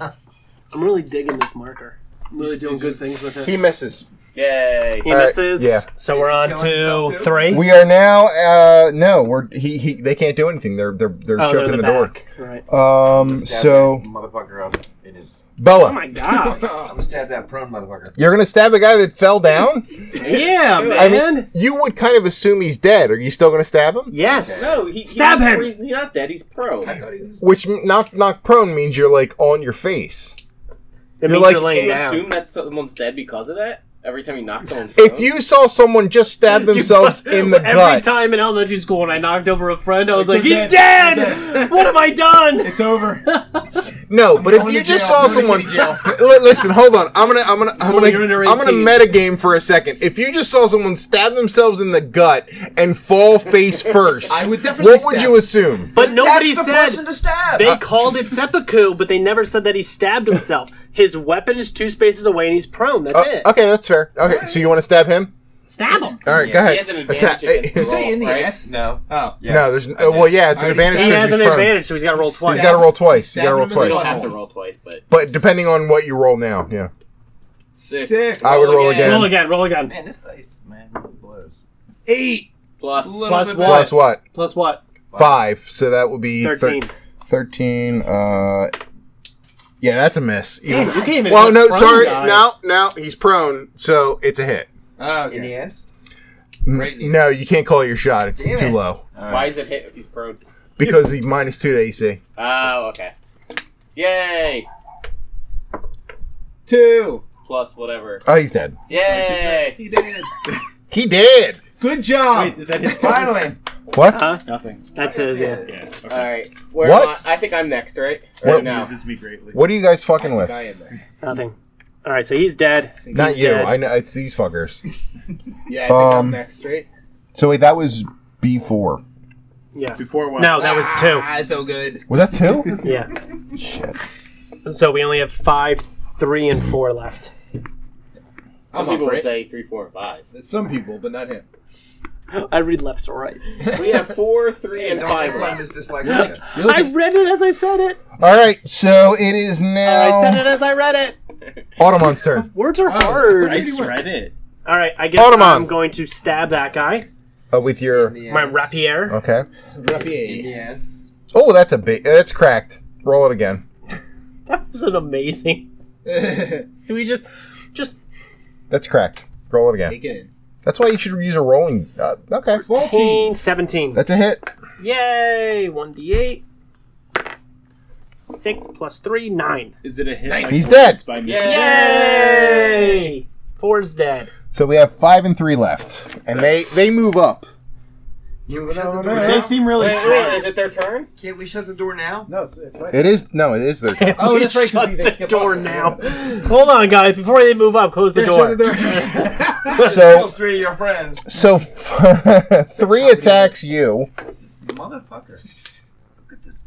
D: I'm really digging this marker. I'm really doing good things with it.
A: He misses.
B: Yay!
D: He
A: All right,
D: misses.
A: yeah.
D: So we're on
E: Killing
D: to
E: himself, too?
D: three.
A: We are now uh no, we're he, he they can't do anything. They're they're they're
D: Oh, they're
A: choking
D: in
A: the,
D: the
A: door.
D: back. Right.
A: Um
F: Stab
A: so
F: that motherfucker up in his.
D: Oh
A: Bella,
D: my (laughs) god.
F: I'm gonna stab that prone motherfucker.
A: you're going to stab the guy that fell down?
D: yeah, man.
A: I mean, you would kind of assume he's dead. Are you still going to stab him?
D: yes.
B: No, he,
D: Stab
B: he's,
D: him!
B: He's not dead. He's pro.
F: I thought he was.
A: Which m- knock knock prone means you're like on your face.
D: It means
A: like-
D: you're
B: Can
D: laying
B: you
D: down.
B: assume that someone's dead because of that? Every time you knock someone,
A: If
B: prone?
A: you saw someone just (laughs) stab themselves in the
D: Every
A: gut,
D: time in elementary school when I knocked over a friend, I was like,
E: Like, you're
D: "He's
E: dead.
D: dead!
E: You're
D: What have I done?"
E: It's over.
A: no. But if
E: going
A: you
E: to
A: just
E: jail.
A: saw
E: I'm going to
A: someone, (laughs)
E: jail.
A: Li- listen, hold on. I'm gonna, I'm gonna, I'm
D: Cool, you're under
A: gonna, I'm gonna
D: 18.
A: metagame for a second. If you just saw someone stab themselves in the gut and fall face first,
E: I would definitely.
A: what would
E: stab
A: you assume?
D: But nobody
F: That's the
D: said
F: person to stab.
D: they called it seppuku, but they never said that he stabbed himself. His weapon is two spaces away, and he's prone. That's
A: Uh,
D: it.
A: okay, that's fair. Okay, so you want to stab him?
D: Stab him.
A: All right, go ahead.
B: He has an advantage
A: Attack- (laughs)
B: against the
E: Is he in the
B: Right?
E: ass?
F: No.
E: Oh.
A: No, there's uh, well, yeah, it's an
E: I already
A: advantage.
D: He
A: because
D: has an
A: he's prone.
D: advantage, so he's got to roll twice.
A: He's got to roll twice. You
E: Stab
A: got to roll
E: him in the
B: you don't
A: twice.
E: gut.
B: have to roll twice, but
A: But depending on what you roll now, yeah,
B: Six.
E: Six.
A: I would roll
B: Roll again.
A: again.
D: Roll again. Roll again.
F: Man, this dice, man, really blows.
E: Eight.
B: plus
E: Little
D: Plus
E: bit
D: what?
A: Plus what?
D: Plus what?
A: Five. So that would be thir-
D: Thirteen.
A: 13 uh yeah that's a miss
D: Damn, you came in.
A: well
D: with
A: no
D: prone
A: sorry
D: guy.
A: no no he's prone so it's a hit
E: Oh,
F: In
E: okay.
F: the ass?
A: N-
E: Right in
A: no you can't call your shot it's
F: Damn
A: too
F: it.
A: low
B: Why is it hit if he's prone?
A: because he minus two to ac
B: Oh, okay. Yay!
E: Two.
B: Plus whatever.
A: oh he's dead
C: (laughs)
B: Yay!
E: He did.
A: he did
E: Good job.
C: Wait, is that his
F: Finally.
E: (laughs)
A: what
D: Huh?
C: Nothing.
D: That's his. Yeah.
C: Yeah. Okay.
B: All right. Where
A: What?
B: Am I? I think I'm next, right?
A: What-
B: Right now.
C: Uses me greatly.
A: what are you guys fucking with
F: Guy in there.
D: Nothing. All right, so he's dead.
A: not
D: He's
A: you
D: dead.
A: i know it's these fuckers
E: Yeah, I think I'm
A: Um,
E: next, right?
A: so wait that was b4
D: Yes.
C: Before what?
D: No, that was two.
E: Ah, so good.
A: was
D: (laughs)
A: that two
D: Yeah. Shit. So we only have five, three, and four left.
E: I'm
B: Some people
E: up,
B: would
E: right?
B: say three, four, and five.
E: Some people, but not him.
D: I read left to right.
B: We have four, three,
E: (laughs)
B: and
F: Don't
B: five
F: mind
B: left.
F: this dyslexia.
E: You're
D: I
E: looking,
D: read it as I said it.
A: all right so it is
D: I said
A: now
D: it as I read it.
A: automon's turn
D: Words are
E: Oh,
D: hard.
C: I read it.
D: All right, I guess
A: Automon.
D: I'm going to stab that guy.
A: uh, with your
F: In the
D: My
F: ass.
D: rapier. (laughs)
A: okay
F: In
E: Rapier.
F: the ass.
A: oh that's a big that's cracked roll it again
D: That was an amazing. Can we just, just
A: That's cracked. Roll it again.
E: (laughs) Take it in.
A: That's why you should use a rolling. Uh, okay.
D: 18, 17.
A: That's a hit.
D: Yay! 1d8. 6 plus 3, 9.
C: Is it a hit?
A: He's dead.
C: By
B: Yeah.
C: missing.
D: Yay! Four's dead.
A: So we have five and three left, and they they move up.
F: Can't we shut the door
C: They
F: now?
C: seem really
B: Wait,
C: smart.
B: wait, is it their turn?
F: Can't we shut the door now?
E: No, it's, it's
A: (laughs)
E: right.
A: It is no, it is their. turn.
E: Oh,
D: We
E: that's right, 'cause
D: Shut
E: we- they
D: the
E: skip
D: door
E: off.
D: now. Hold on, guys. Before they move up, close the door.
E: (laughs)
A: So
F: three of your friends.
A: so (laughs) f- three attacks you.
E: (laughs)
F: Motherfucker. Look at this.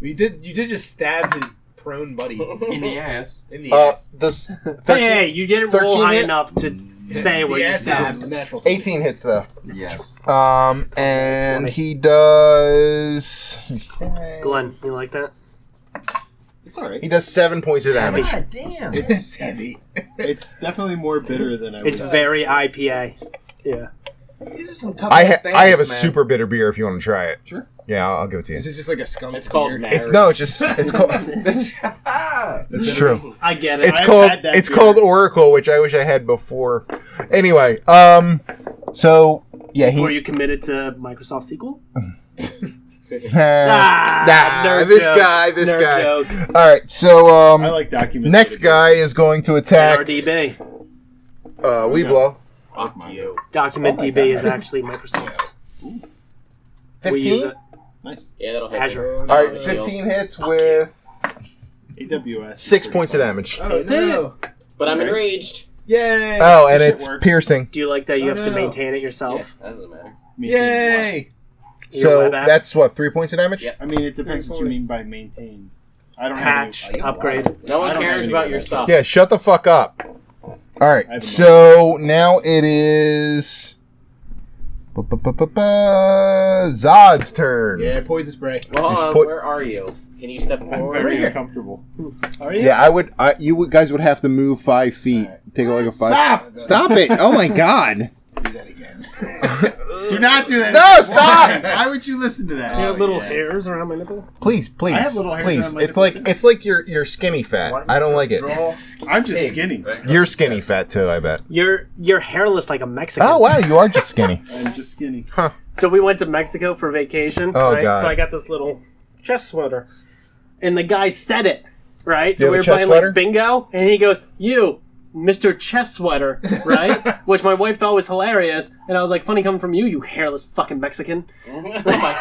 E: we did. You did just stab his prone buddy
F: (laughs) In the ass.
E: in the
A: Uh,
E: ass.
A: does
D: hey, hey,
A: 13,
D: you didn't
A: 13
D: roll high
A: hit?
D: enough to say what
E: the
D: you
E: ass
D: stabbed.
E: is a natural.
A: 18 hits though.
F: Yes.
A: Um, and he does.
D: Glenn, you like that?
E: It's all right.
A: He does seven points of damage.
F: God
A: (laughs)
F: damn.
E: It's heavy.
C: It's definitely more bitter than I.
D: It's
C: would-
D: very IPA. Yeah.
F: These are some tough
A: I
F: ass
A: ha- I have a
F: bandits, man.
A: super bitter beer if you want to try it.
E: Sure.
A: Yeah, I'll, I'll give it to you.
G: Is it just like a skunk?
B: It's called
G: beard?
E: (laughs)
B: marriage.
A: It's no, it's just it's called it's true.
D: I get it.
A: It's
D: I've
A: called
D: had that
A: it's
D: beer.
A: called Oracle, which I wish I had before. Anyway, um, so yeah, he
D: Before you committed to Microsoft SQL?
A: nah,
D: Ah, nerd
A: this
D: joke,
A: guy, this
D: nerd
A: guy.
D: joke.
A: All right, so um,
C: I like documents.
A: next guy is going to attack
D: NRDB.
A: uh, Weeblaw.
B: Fuck you.
D: Document
C: Oh my
D: DB is actually Microsoft. We use
A: Fifteen.
D: it.
C: Nice.
B: Yeah, that'll hit.
D: Azure.
A: All right, fifteen hits with
C: AWS.
A: six points of damage.
G: Oh,
D: Is
G: no.
B: But I'm enraged.
G: Yay!
A: Oh, and
C: This shit
A: it's
C: works.
A: piercing.
D: Do you like that you
G: Oh,
D: have to
G: no.
D: maintain it
B: Yeah,
D: yourself?
B: that doesn't matter.
C: Me too.
G: Yay!
D: Your
A: So
D: web apps?
A: that's what three points of damage.
B: Yeah.
C: I mean, it depends
G: Three
C: what you
G: points.
C: mean by maintain. I don't
D: Patch,
C: have any,
D: upgrade.
B: No
C: I
B: one
C: don't
B: cares
C: have
B: about
C: any
B: your
C: of that.
B: stuff.
A: Yeah, shut the fuck up. All
C: I have
A: right,
C: a
A: so now it is ba- ba- ba- ba- ba- Zod's turn.
G: Yeah, poison spray.
B: Well, hold
A: It's
B: on,
A: put-
B: where are you? Can you step
C: I'm
B: forward?
C: very uncomfortable.
G: Are you?
H: Yeah, I would. I, you would, guys would have to move five feet. Take like a five.
G: Stop!
H: Stop it! Oh my god!
G: Do that again.
C: Do not do
A: (laughs)
C: that.
A: No, stop!
C: Why would you listen to that?
D: You have little
G: yeah.
D: hairs around my nipple?
A: (laughs) Please, please,
C: I have little hairs
A: please.
C: on my
A: it's like
C: nipple.
A: it's like you're you're skinny fat. I don't like it.
C: I'm just skinny.
A: You're skinny fat too. I bet.
D: You're you're hairless like a Mexican.
A: Oh wow, you are just skinny.
C: I'm just skinny.
D: So we went to Mexico for vacation.
A: Oh,
D: right?
A: God.
D: So I got this little chest sweater. And the guy said it. Right?
A: You
D: So
A: have
D: we
A: a
D: were
A: chest
D: playing
A: sweater?
D: like bingo and he goes, You, Mr. Chest
A: (laughs)
D: Sweater, right? Which my wife thought was hilarious, and I was like, Funny coming from you, you hairless fucking Mexican.
B: (laughs) oh my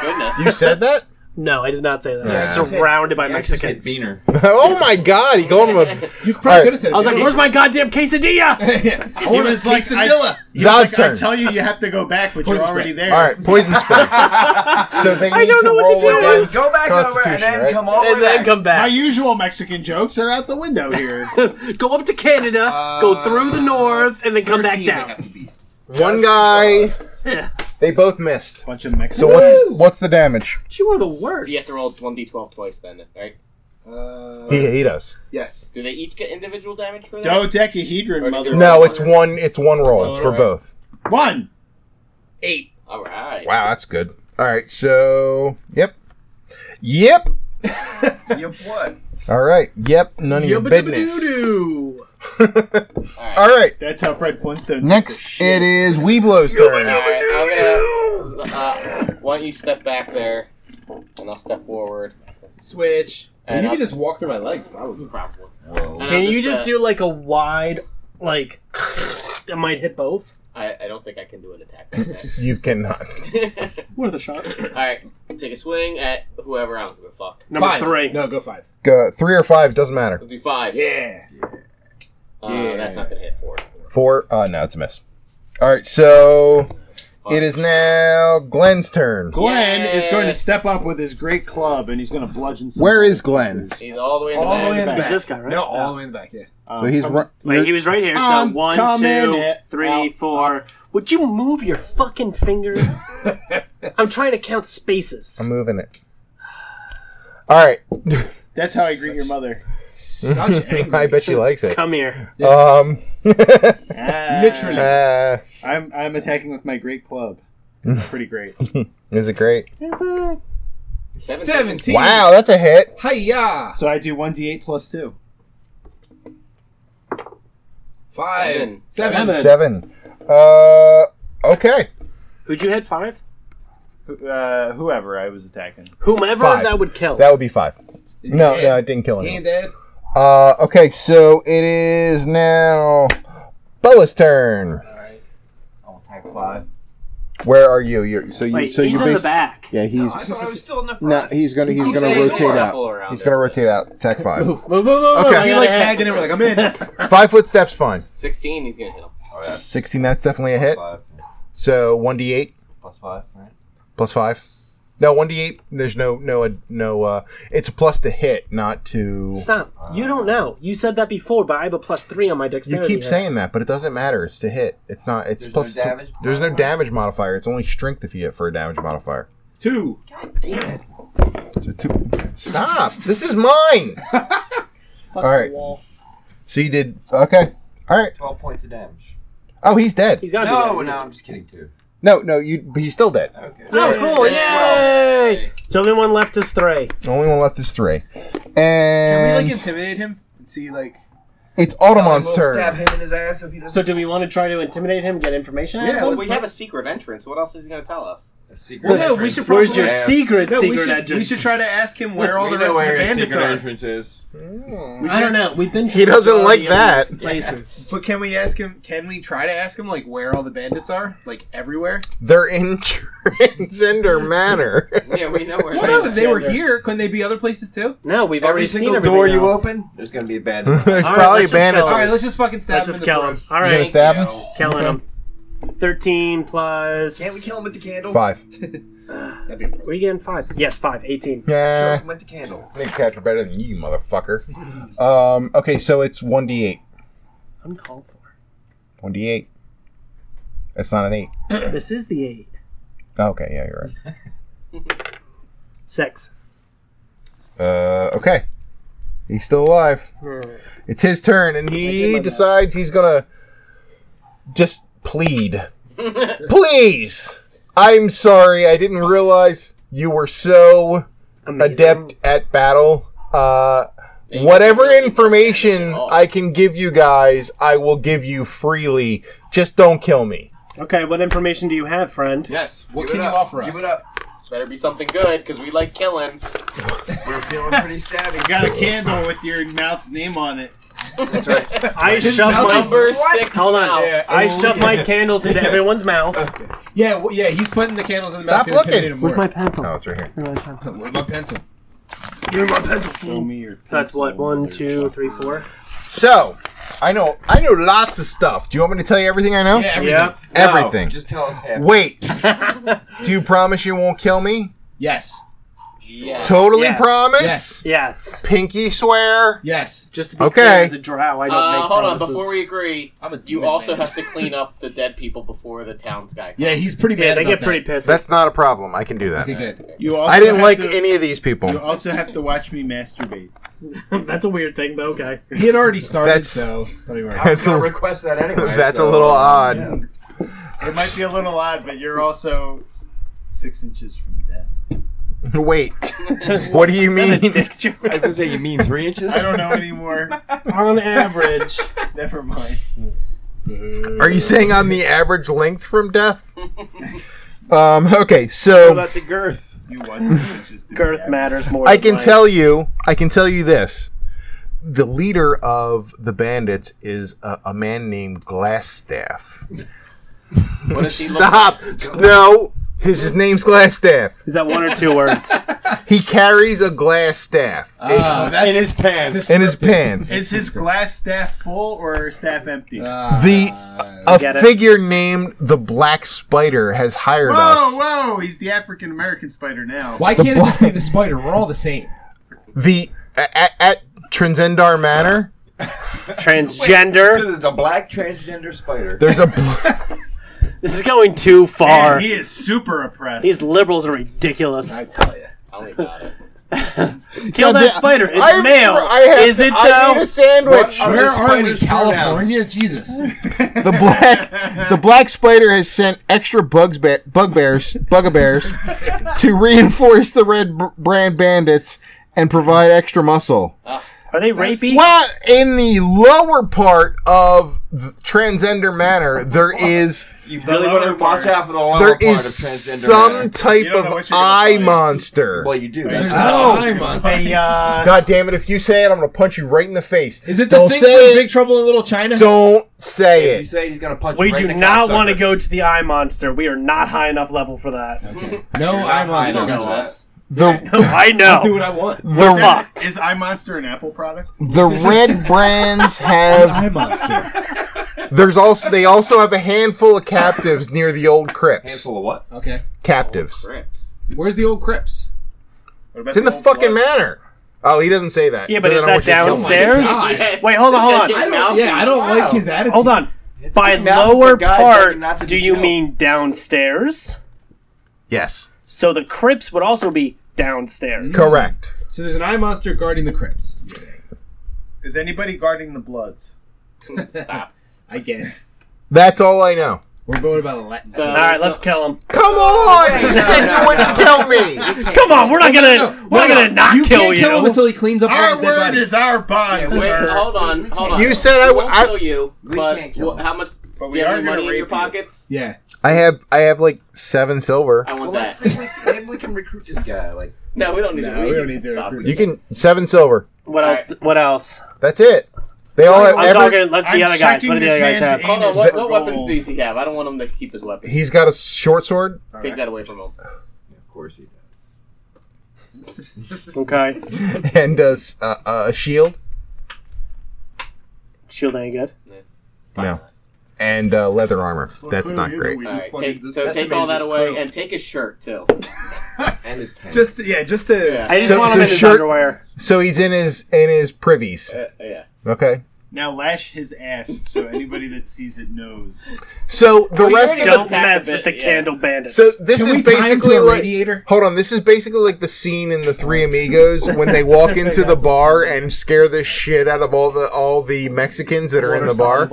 B: goodness.
A: (laughs) You said that? (laughs)
D: No, I did not say that.
A: Yeah.
D: I was surrounded by Mexicans.
F: Beaner.
A: oh my god, he called him a
G: You
A: All right.
G: probably could have said
D: I was like, "Where's my goddamn
E: (laughs)
D: quesadilla?"
G: yeah.
D: (laughs)
C: He was like,
G: Quesadilla!
C: He
A: Zod's
C: was like, I
A: turn.
C: tell you, you have to go back, but you're
G: Poison
C: already there.
A: All (laughs) right, poison spray. So they need
D: I don't
A: to
D: know what to
A: roll
D: do.
A: again.
F: Go back over and
A: Constitution,
F: then
A: right?
F: come over.
D: and then come
C: My
D: back.
C: usual Mexican jokes are out the window
A: (laughs)
C: here.
D: (laughs) go up to Canada, go through the north, and then come back
G: 13 they
D: down.
G: have to beat.
A: One guy.
D: Yeah.
A: They both missed.
C: Bunch of Mexicans.
A: So what's what's the damage?
D: You are the worst.
B: You have to roll 1d12 twice then, right?
G: Uh,
A: He, he does.
G: Yes.
B: Do they each get individual damage for that?
C: Dodecahedron,
B: Or
C: mother.
A: No, it's one. It's one roll for both.
C: One.
G: Eight.
B: Alright.
A: Wow, that's good. All right, so yep, yep.
F: Yep, what?
A: All right, yep. None of your business.
D: Yubba-dubba-doo-doo.
A: (laughs) All right,
C: That's how Fred Flintstone.
A: next it is Weeblow's turn.
B: Alright, I'm gonna. Uh, why don't you step back there, and I'll step forward.
G: Switch.
B: And
G: you
B: I'll-
G: can just walk through my legs, probably.
B: Probably.
F: Whoa.
B: And
D: Can
B: I'll
D: you just
B: uh,
D: do like a wide, like (laughs) that might hit both?
B: I, I don't think I can do an attack like that.
A: You cannot.
D: Worth a shot.
B: (laughs) Alright, take a swing at whoever. I don't give a fuck.
D: (laughs) Number
G: Five.
D: three.
G: No, go five.
A: Go, three or five doesn't matter.
B: We'll do five.
G: Yeah.
B: Uh, That's not gonna hit four.
A: Four. Uh, no, it's a miss. All right, so it is now Glenn's turn.
C: Glenn
B: Yeah.
C: is going to step up with his great club and he's going to bludgeon. Some
H: Where is Glenn?
B: He's all the way in the
G: All the
B: back.
G: way in the
D: It was
G: back.
D: this guy, right?
G: No, all the way in the back, yeah.
C: Uh,
H: So he's
C: come-
H: run.
D: Wait, he was right here. So
C: I'm
D: one,
C: coming
D: two,
C: it-
D: three,
C: out,
D: four. Would you move your fucking finger? I'm trying to count spaces.
A: I'm moving it. All right, (laughs)
C: That's how I greet your mother.
E: (laughs)
G: Such anger.
A: I bet she likes it.
D: Come
A: (laughs)
D: here.
A: Um,
C: Ah.
G: Literally.
A: uh,
C: I'm I'm attacking with my great club. It's pretty
A: (laughs)
C: great.
A: is it great?
B: Seven.
G: 17.
A: Wow, that's a hit.
G: Hiya.
C: So I do one d8 plus two.
G: Five.
B: Seven.
G: Seven.
A: Seven. Uh, okay.
D: Who'd you hit five?
C: Who- Uh, whoever I was attacking.
D: Whomever
A: Five.
D: that would kill.
A: That would be five.
G: Is he
A: No,
G: dead?
A: no, it didn't kill
G: He ain't
A: anyone.
G: dead.
A: Uh, okay, so it is now Boa's turn.
F: I'll attack five.
A: Where are you? You're, so you,
D: Wait,
A: so
D: he's
A: you
D: in the
A: bas-
D: back.
H: Yeah,
F: I
H: he's
F: thought I was still in the front.
H: no. He's gonna. He's gonna
F: saying
H: rotate
B: Shuffle
H: out.
B: around
A: He's
B: there,
A: gonna
B: but
A: rotate out. Tech five.
D: Move, move, move,
A: Okay.
D: move. I
G: He
D: gotta
G: like
D: hit.
G: tagged in and we're like, I'm in.
A: Five foot steps, fine.
B: Sixteen. He's gonna hit him.
F: Oh, yeah.
A: Sixteen. That's definitely a hit.
F: Five.
A: So one d eight
F: Plus five, right?
A: plus five. No, one d eight. There's no, no, no. Uh, it's a plus to hit, not to.
D: Stop. You don't know. You said that before, but I have a plus three on my
A: You
D: dexterity.
A: keep
D: here.
A: saying that, but it doesn't matter. It's to hit. It's not. It's
F: There's
A: plus.
F: no
A: two-
F: damage
A: there's no
F: modifier?
A: damage modifier. It's only strength if you hit for a damage modifier.
C: Two.
A: So two- Stop! This is mine.
D: Fuck
A: All right.
D: the wall.
A: So you did okay. All right.
F: Twelve points of damage.
A: Oh, he's dead.
D: He's gotta be
F: No,
D: dead.
F: no, I'm just kidding, too.
H: No, no, you. But he's still dead.
F: Okay.
D: Oh, cool! Yay! So the only one left is three.
A: Only one left is three.
E: Can we like
A: And
E: intimidate him and see like?
A: it's Automon's
F: We'll Stab
A: turn.
F: him in his ass if he doesn't.
D: So do we want to try to intimidate him, get information? out of
E: Yeah,
D: him?
B: Well,
E: let's
B: we
E: not-
B: have a secret entrance. What else is he going to tell us?
F: A secret
E: Well, no, we
F: entrance.
E: should probably
D: Where's your
F: Ass.
D: secret,
E: No, we
D: secret
E: should,
D: entrance?
E: we should try to ask him where all the
F: We know
E: rest of
F: where
E: the
F: his
E: bandits
F: secret
E: are.
F: entrance is.
A: Hmm.
D: I don't know. We've been. To
A: He doesn't
D: majority
A: like
D: of
A: that.
D: these Places.
E: But can we ask him? Can we try to ask him like where all the bandits are? Like everywhere?
A: They're in (laughs) transgender manner. (laughs)
B: Yeah, we
G: (laughs)
B: know where.
E: Well, no, if they were here, couldn't they be other places too?
D: No, we've already seen everything else.
F: There's gonna be a bad.
A: There's
D: right,
A: probably
D: let's just kill
A: bandits.
E: All
A: You
E: right, let's just fucking stab
D: Let's
E: him.
D: just
E: in
D: kill
E: the
D: him. All
A: gonna
D: right,
A: stab him?
D: killing him. Thirteen plus.
F: Can't we kill him with the candle?
A: Five.
F: That'd be impressive.
D: What are you getting? Five. Yes, five. Eighteen.
F: Kill
A: Yeah.
F: him with the candle.
A: Nick Cats are better than you, motherfucker. Um, okay, so it's 1d8.
D: Uncalled for.
A: 1d8. That's not an 8.
D: This is the eight.
A: Okay, yeah, you're right.
D: Six.
A: Uh, okay. He's still alive. It's his turn, and
D: Hmm. did my
A: he
D: best.
A: decides he's gonna just
D: (laughs)
A: plead. Please! I'm sorry, I didn't realize you were so
D: Amazing.
A: adept at battle. Uh, whatever information I can give you guys, I will give you freely. Just don't kill me.
D: Okay, what information do you have, friend?
E: Yes. What
F: Give
E: can
F: it
E: you
F: up.
E: offer us?
F: Give it up.
B: Better be something good because we like killing.
F: We're feeling pretty stabby.
C: Got a candle with your mouth's name on it.
D: I shove
E: mouth
D: my
E: is-
B: Number six.
D: Hold on.
B: mouth.
E: Yeah.
D: I
E: Oh,
D: shove
E: yeah.
D: my candles into everyone's mouth
E: Yeah, well, yeah. He's putting the candles in the
A: Stop
E: mouth to intimidate
A: looking.
E: him
D: with my
E: more.
D: pencil.
A: Oh, it's right here.
E: Where's my pencil?
C: Show me your.
D: So that's what one, two, three, four.
A: So, I know, I know lots of stuff. Do you want me to tell you everything I know?
E: Yeah, everything.
D: Yeah.
A: Everything.
F: No, just tell us half.
C: (laughs)
A: Wait. Do you promise you won't kill me?
E: Yes.
B: Yeah.
A: Totally
D: Yes.
A: promise?
E: Yes.
D: Yes.
A: Pinky swear?
E: Yes.
D: Just to be
A: Okay.
D: clear, as a drow, I don't
B: Uh,
D: make
B: hold on.
D: promises.
B: Before we agree,
F: I'm a
B: you
F: demon
B: also
F: man.
B: have to clean up the dead people before the town's guy.
E: Yeah, he's pretty
D: yeah,
E: bad.
D: they get
E: about
D: pretty
E: that.
D: pissed.
A: That's not a problem. I can do that.
E: Okay, good.
C: You also
A: I didn't
C: have
A: like
C: to-
A: any of these
C: You
A: people.
C: also have to watch me masturbate.
D: (laughs) that's a weird thing, but
A: (laughs)
D: okay.
E: He had already started,
A: That's-
E: so don't even worry.
F: I
A: (laughs)
F: was
A: That's
C: (laughs)
F: gonna
A: a-
F: request that anyway.
A: (laughs) That's a
F: so-
A: little odd.
C: It might be a little odd, but you're also six inches from
D: (laughs)
C: death.
A: (laughs) Wait.
C: (laughs)
A: what do you mean?
F: I was gonna say you mean three inches.
C: I don't know anymore.
D: (laughs) On average,
C: Never mind.
A: (laughs) Are you saying I'm the average length from
C: (laughs)
A: death? um, okay, so
F: the girth.
C: You want six inches to be
D: girth
C: dead.
D: matters more.
A: I
D: than
A: can
D: length.
A: tell you, I can tell you this. The leader of the bandits is a, a man named Glassstaff.
B: What does he look
A: Stop!
B: like?
A: No! His, his name's Glassstaff.
D: Is that one or two words?
A: He carries a glass staff
E: Ah, that's-
F: In his pants.
A: in his pants.
C: Is his glass staff full or staff empty?
E: Ah,
A: The-
E: uh,
A: A
D: get it.
A: figure named the Black Spider has hired us.
C: whoa, Oh, whoa! He's the African American spider now.
E: why
A: the
E: can't it just
A: bl-
E: be the spider? We're all the same.
A: The at, at Transendar Manor,
F: So
D: Transgender.
F: (laughs) there's a black transgender spider.
A: there's a bl-
D: This is going too far.
C: Man, he is super oppressed.
D: These liberals are ridiculous.
E: I tell you.
B: Only got it.
D: Kill that
A: Goddamn-
D: spider. It's
A: I-
D: male.
A: I have-
D: is it
A: I
D: though?
A: need a sandwich.
F: What
E: Where
F: the
E: are we,
F: spider's pronouns?
E: California? Jesus.
A: The black the Black Spider has sent extra bugs ba- bugbears bugabears to reinforce the Red Br- Brand Bandits and provide extra muscle.
D: Are they rapey?
A: Well, in the lower part of the Transender Manor, there is
F: You really want to watch out for the lower
A: there
F: part of
A: is
F: transgender.
A: some
F: man.
A: type
C: You don't know
A: of
C: what you're gonna
A: eye
C: find.
A: monster.
F: Well, you do. That's
E: There's
F: not-
E: no time on
D: They, uh,
A: God damn it! If you say it, I'm gonna punch you right in the face.
E: Is it the
A: Don't
E: thing
A: say
E: from
A: it.
E: Big Trouble in Little China?
A: Don't say
F: You
A: it.
F: say he's gonna punch.
D: we
F: you right
D: do
F: in the
D: not want to
F: cocksucker.
D: go to the eye monster. We are not high enough level for
E: (laughs)
D: that. Oh,
E: No, I'm on.
F: I don't know
E: I'll
F: us.
A: The
D: (laughs) I
E: do
D: know.
E: what I want.
A: the
D: We're fucked.
C: Is iMonster an Apple product?
A: the red brands have
E: I'm monster.
A: there's also they also have a handful of captives near the old crypts.
F: Handful of what?
E: Okay.
A: Captives.
B: Crips.
E: Where's the old crypts?
C: What about
A: It's in the
C: old
A: fucking
C: blood?
A: manor. Oh, he doesn't say that.
D: Yeah, but
A: Then
D: is
A: I
D: that
A: don't want you to kill him.
D: downstairs?
E: God.
D: Wait, hold on, hold on.
B: This guy's getting mouthy.
E: (laughs) Yeah, I don't like his attitude.
D: Hold on. By
F: Now that the
D: lower
F: guy's begging not to
D: part, do
F: be
D: you
F: killed.
D: mean downstairs?
A: Yes,
D: So the crypts would also be downstairs.
A: correct.
E: So there's an eye monster guarding the crypts.
C: Is anybody guarding the Bloods?
E: (laughs) I get it.
A: That's all I know.
E: We're voting by the Latin.
B: So-
D: All right, let's kill him.
A: Come on! You said you wouldn't kill me!
D: Come on, we're not gonna, we're not gonna not
E: you
D: kill
E: can't
D: you.
E: kill him until he cleans up all
C: Our
E: the dead
C: word
E: bodies.
C: is our bond,
D: Yeah,
B: Wait,
C: sir.
B: hold on, hold on.
A: You said I
B: I
A: would.
B: won't
A: I,
B: kill you, but
E: can't kill
B: wh-
E: him.
B: how much? Do
C: But
B: you
C: we
B: have
C: are
B: any
C: going
B: money
C: to
B: in
C: rape
B: your
C: you.
B: pockets?
E: Yeah.
A: I have I have like seven silver.
B: I want
F: Well,
B: that. (laughs)
F: let's see if we, maybe we can recruit this guy. Like,
B: No, we don't need
E: No,
B: to.
E: we don't need to
B: stop
E: recruit
B: it.
A: You can seven silver.
D: What else? What else?
A: That's it. They all have
D: I'm
A: Oh, every,
D: talking. Let's
C: I'm
D: the other guys.
C: checking
D: What do the
C: this
D: other guys
C: man's
D: have?
C: anus
B: Hold on, what,
C: for
B: what
C: gold.
B: weapons does he have? I don't want him to keep his weapon.
A: He's got a short sword.
B: Take that away from him.
F: of course he does.
D: Okay,
A: and a, s- a- a shield
D: shield ain't good.
A: No. and uh, leather armor. That's not great.
B: All right, take, so take all that away and take his shirt too.
F: And his pen.
G: Just yeah, just to
B: Yeah,
D: I just
A: So-
D: want
A: so
D: him in his
A: shirt-
D: underwear.
A: So he's in his in his privies.
B: uh, yeah.
A: Okay.
C: Now lash his ass so anybody that sees it (laughs) knows.
A: So the
B: Well, you already
A: rest of the,
D: Don't
B: Tack
D: mess
B: a bit,
D: with the
B: yeah.
D: candle bandits.
A: so this is
E: Can we tie him
A: basically
E: to a
A: like
E: radiator?
A: hold on. This is basically like the scene in the Three Amigos when they walk into the bar and scare the shit out of all the all the Mexicans that are in the bar.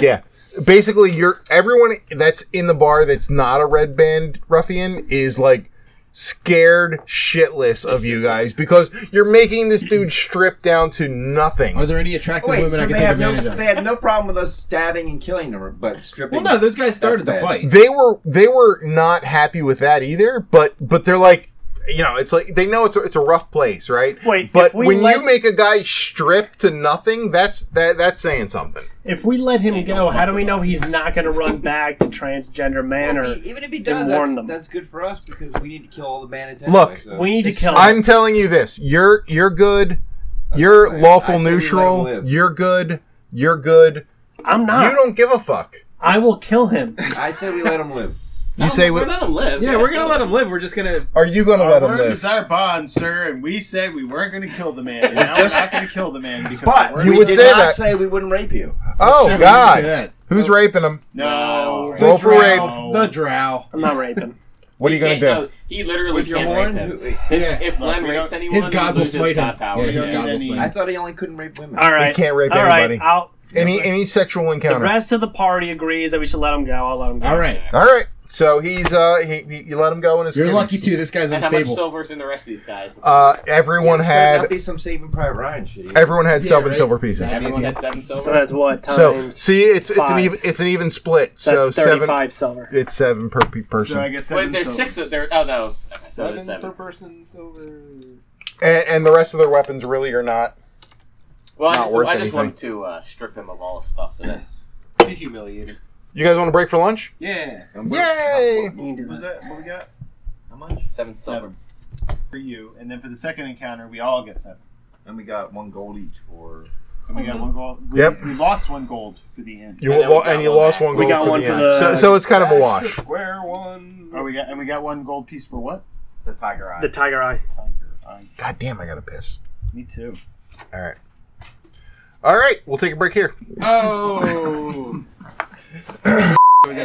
A: Yeah. Basically, you're everyone that's in the bar that's not a red band ruffian is like scared shitless of you guys because you're making this dude strip down to nothing.
E: Are there any attractive
F: Wait,
E: women
F: so
E: I can
F: they
E: take
F: have
E: advantage
F: no
E: of?
F: they had no problem with us stabbing and killing them, but stripping.
G: Well, no, those guys started the
F: That's bad.
G: fight.
A: they were they were not happy with that either but but they're like you know it's like they know it's a, it's a rough place right
D: Wait,
A: but
D: if we
A: when
D: let-
A: you make a guy strip to nothing that's that that's saying something
D: If we let him go,
B: don't
D: how do
B: fuck
D: we
B: with
D: know he's not going to run back to transgender man?
F: Well,
D: Or
F: he- even if he
D: warn
F: does, that's,
D: them.
F: that's good for us because we need to kill all the bandits. Anyway,
A: Look,
F: so.
D: we need to kill him.
A: i'm telling you this you're you're good you're
F: Okay, I
A: lawful
F: say we let him
A: neutral
F: live.
A: you're good you're good
D: I'm
A: you
D: not.
A: don't give a fuck
D: I will kill him.
F: I say we let him live.
A: you say
B: we're
A: what
B: let him live.
G: Yeah, we're gonna let him live. We're just gonna.
A: are you gonna
C: Our
A: let him
C: word
A: live
C: is our bond, sir, and we said we weren't going to kill the man. And now
F: just-
C: we're not going to kill the man because
F: But
C: we're
A: You
F: we
A: would
F: did
A: say
F: not
A: that.
F: say we wouldn't rape you.
A: oh
G: Sure, we can
A: god
G: say that.
A: who's raping him
C: no.
B: The
A: Roll for
G: drow,
A: rape.
E: Oh.
G: The drow.
D: I'm not
A: (laughs)
D: raping.
A: what are you gonna
B: can't-
A: do
B: no, he literally
F: With your
B: can't rape him.
F: horns, who-
B: His-
G: Yeah.
B: If Glenn
C: Look, we
B: rapes
C: don't-
B: anyone,
E: His
B: he
E: god will
B: loses
E: smite him.
B: god power.
E: Yeah, his
C: Yeah.
E: god will smite
F: I
E: him.
F: thought he only couldn't rape women.
D: All right.
A: he can't rape
D: All right,
A: anybody
D: I'll,
A: any any sexual
D: the
A: encounter
D: rest of the party agrees that we should let him go. I'll let him go.
G: All right,
A: all right so he's uh he, he you let him go in his
E: You're
A: skin.
E: lucky too. This guy's
B: And how much
E: unstable.
B: silver's in the rest of these guys?
A: Uh, everyone
F: That'd
A: had
F: be some Saving Private Ryan shit.
A: everyone had
G: Yeah,
A: seven
G: right.
A: silver pieces.
B: Everyone had seven silver.
D: So that's what
A: So
D: times.
A: see, it's it's an
D: five.
A: even it's an even split.
D: that's
A: so
D: thirty-five
A: seven,
D: silver.
A: it's seven per pe- person,
C: So I guess
B: Wait,
C: seven
B: there's
C: silver.
B: six of there. Oh, that was okay, so there's
F: per
B: seven.
F: person silver.
A: and, and the rest of their weapons really are not.
B: Well, I
A: Not
B: just,
A: worth
B: I just
A: anything.
B: wanted to uh, strip him of all his stuff. So that
F: Be humiliated.
A: You guys want a break for lunch?
G: yeah.
A: Yay!
D: You can do
C: Was
D: that.
C: that what we got
F: How much?
B: seven silver.
C: for you? And then for the second encounter, we all get seven.
F: And we got one gold each for.
C: And we
B: Mm-hmm.
C: got one gold. We,
A: Yep.
C: we lost one gold for the end.
A: You
B: I know
A: lo-
B: we got
A: and you
B: one
A: lost
B: back.
A: one
D: We
A: gold
D: got
A: for
D: one
A: the
D: for
A: end.
D: the-
A: so, so it's kind of a wash.
F: Square one.
C: Oh, we got and we got one gold piece for what?
F: the tiger eye.
D: The tiger eye.
C: Tiger eye.
A: God damn, I gotta piss.
C: Me too.
A: All right, all right, we'll take a break here.
G: Oh.
F: And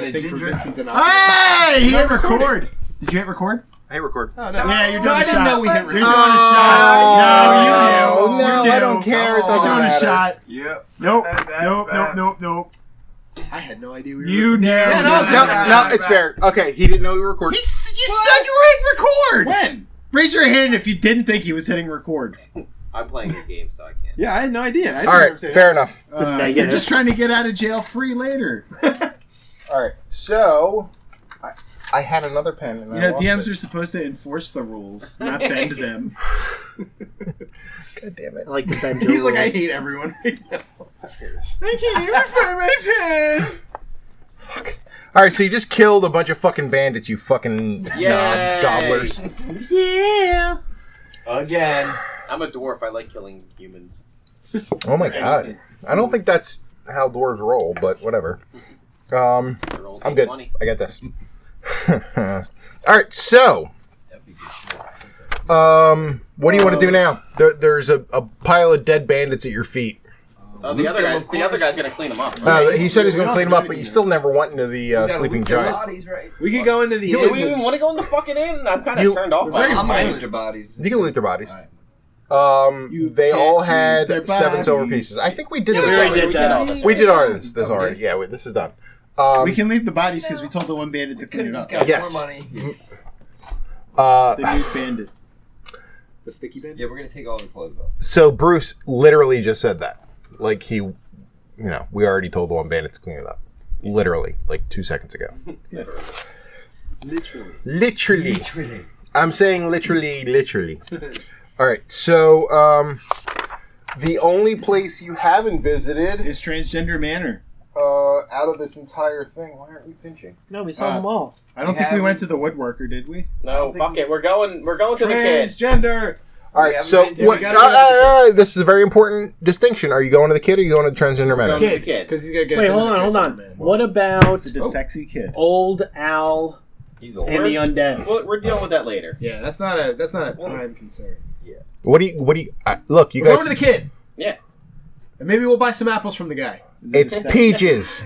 F: a ginger.
C: Hey, you hit record. Did you hit record?
A: Hey, record.
G: Oh, no.
C: Yeah, you're doing
G: No,
C: a
G: I didn't
C: shot.
G: know we hit
C: You're doing a
G: record.
A: Uh,
C: shot.
G: Oh,
C: No, you do.
A: no,
C: You
A: I
C: do.
A: don't care. It
C: You're
A: doesn't
C: doing a
A: matter.
C: shot.
F: Yep.
C: Nope.
F: Bad, bad,
C: Nope. Nope.
F: bad.
C: Nope. Nope.
G: I had no idea we were.
C: You
G: Yeah,
C: nailed
G: no,
C: it.
A: No, no, it's fair. Okay, he didn't know we were recording.
G: s- you said you were hitting record. When?
C: Raise your hand if you didn't think he was hitting record.
B: I'm playing your game, so I can't.
G: Yeah, I had no idea. I didn't
A: All
G: hear
A: right,
G: him say
A: fair enough.
C: Uh, you're
D: negative.
C: just trying to get out of jail free later.
A: All right, so I, I had another pen. And
C: You
A: I
C: know,
A: lost
C: DMs
A: it.
C: are supposed to enforce the rules, (laughs) not bend them.
A: God damn it.
D: I like to bend
A: (laughs)
G: that. (laughs)
D: your
G: He's like, I
D: rules.
G: hate everyone. (laughs)
A: I can't find my pen. Fuck. All right, so you just killed a bunch of fucking bandits, you fucking
B: Yay.
A: knob gobblers.
D: yeah.
F: Again.
B: I'm a dwarf. I like killing humans.
A: Oh my god. I don't think that's how dwarves roll, but whatever. Um,
B: They're all
A: I'm good.
B: 20.
A: I got this. (laughs) All right, so um, what do you want to do now? There, there's a, a pile of dead bandits at your feet.
B: Oh, the other guy. The other guy's gonna clean him up.
A: Uh, he said he's going to clean them up, but you still never went into the uh, sleeping giant.
F: Bodies, right?
G: We could go into the.
B: Do we
G: inn.
B: even want to go in the fucking inn? I'm kind
A: You-
B: of turned off by
G: very
B: this.
G: fine.
F: I'm gonna
B: place.
F: loot their bodies.
A: You can loot their bodies.
F: All right.
A: Um,
C: You
A: they
C: can't
A: all
C: eat
A: had
C: their
A: seven silver
C: bodies.
A: pieces. I think we did
B: Yeah,
A: this.
B: we already
A: already.
B: did that.
A: We did all this, this already. Yeah, wait, this is done. Um,
C: we can leave the bodies because we told the one bandit to clean it up.
D: got
A: Yes.
D: more money.
A: uh,
C: The new bandit.
G: The sticky bit.
F: Yeah, we're gonna take all the clothes off.
A: so Bruce literally just said that. Like he, you know, we already told the one bandit to clean it up. Literally, like two seconds ago.
G: Literally.
A: Literally. I'm saying literally, literally. All right. So, um, the only place you haven't visited
C: It's transgender manor.
A: uh, out of this entire thing, why aren't we pinching?
D: No, we saw
C: Uh,
D: them all.
C: I don't
F: We
C: think we
F: haven't-
C: went to the woodworker, did we?
B: No, fuck it. We're going. We're going to the kid.
C: Transgender.
A: All
F: We
A: right.
F: haven't
A: So,
F: been- yeah, we
A: what, uh,
G: gotta go to the
A: uh, uh, this is a very important distinction. Are you going to the kid or are you going to the transgender man?
B: Going to the kid.
G: Because he's gonna get.
D: Wait,
G: us
D: hold
G: another
D: on, hold
G: transfer
D: on.
G: man.
D: What about
C: It's a sexy kid.
D: old Al
F: He's old.
D: and the undead?
B: We're, we're dealing with that later.
G: Yeah, that's not a that's not a time
C: Oh.
G: concern.
A: What do you? What do you? Uh, look, you
G: We're
A: guys.
G: going to the kid.
B: Yeah.
G: And maybe we'll buy some apples from the guy.
A: It's
G: (laughs)
A: peaches.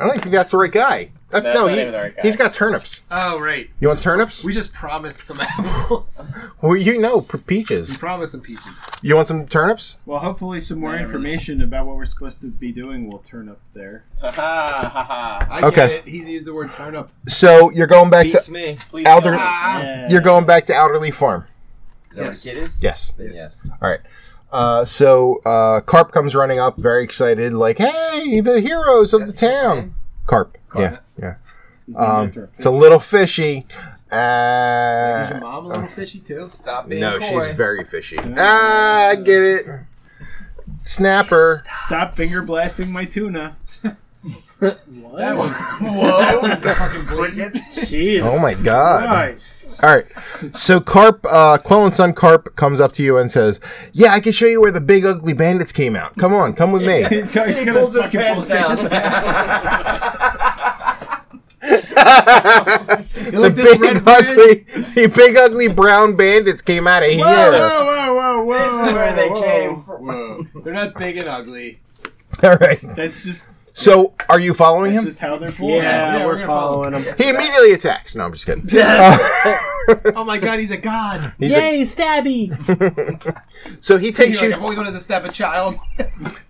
A: I don't think that's the right guy. That's,
B: That's
A: no,
B: not
A: he,
B: even the right guy.
A: he's got turnips.
G: Oh right.
A: You want turnips?
G: We just promised some (laughs) apples.
A: Well, you know, p-
G: we
A: peaches.
G: promised some peaches.
A: You want some turnips?
C: Well, hopefully, some more
G: Not really.
C: information about what we're supposed to be doing will turn up there.
B: Ha ha ha ha.
G: I get
A: Okay.
G: it. He's used the word turn up.
A: So you're going back to
F: Beats me.
B: Please.
A: Elder-
B: don't.
D: Yeah.
A: you're going back to Outerly Farm.
F: Is that what
G: Yes.
F: a kid is?
A: Yes.
F: Then
G: Yes.
F: yes.
A: Uh, so uh, Carp comes running up, very excited, like, "Hey, the heroes of
F: That's
A: the
F: his
A: town!"
F: name?
A: Carp.
G: Carp.
A: Yeah,
C: He's
A: yeah.
C: named
A: Um,
C: after a
A: it's a little fishy.
G: Is your
A: Uh,
G: mom a little fishy too?
F: Stop being
A: no,
F: coy.
A: she's very fishy. Ah, I get it. Snapper.
C: Stop finger blasting my tuna.
G: That was
D: What?
G: whoa! fucking crickets.
D: Jesus
A: Oh my god.
D: Christ.
A: All right. So Carp, uh, Quill and Son Carp comes up to you and says, "Yeah, I can show you where the big ugly bandits came out. Come on, come with (laughs) me."
C: so he's gonna
F: Pulls his
C: fucking
F: pants
C: pull
F: down.
C: (laughs)
A: (laughs) the
G: like this
A: big
G: red
A: ugly, the big ugly brown bandits came out of here.
G: whoa, whoa, whoa!
F: this is where they came from.
G: Whoa. They're not big and ugly.
A: All right.
C: That's just
A: So are you following
C: that's
A: him?
C: just how they're
D: Yeah,
C: born.
G: Yeah, we're
D: we're
G: gonna
D: following him.
A: He immediately attacks. No, I'm just kidding. Uh,
G: Oh my god, he's a god.
A: he's a-
D: Yay, stabby!
A: (laughs) so he
G: He's
A: takes
G: like,
A: you. Hmm.
G: I've always wanted to stab a child.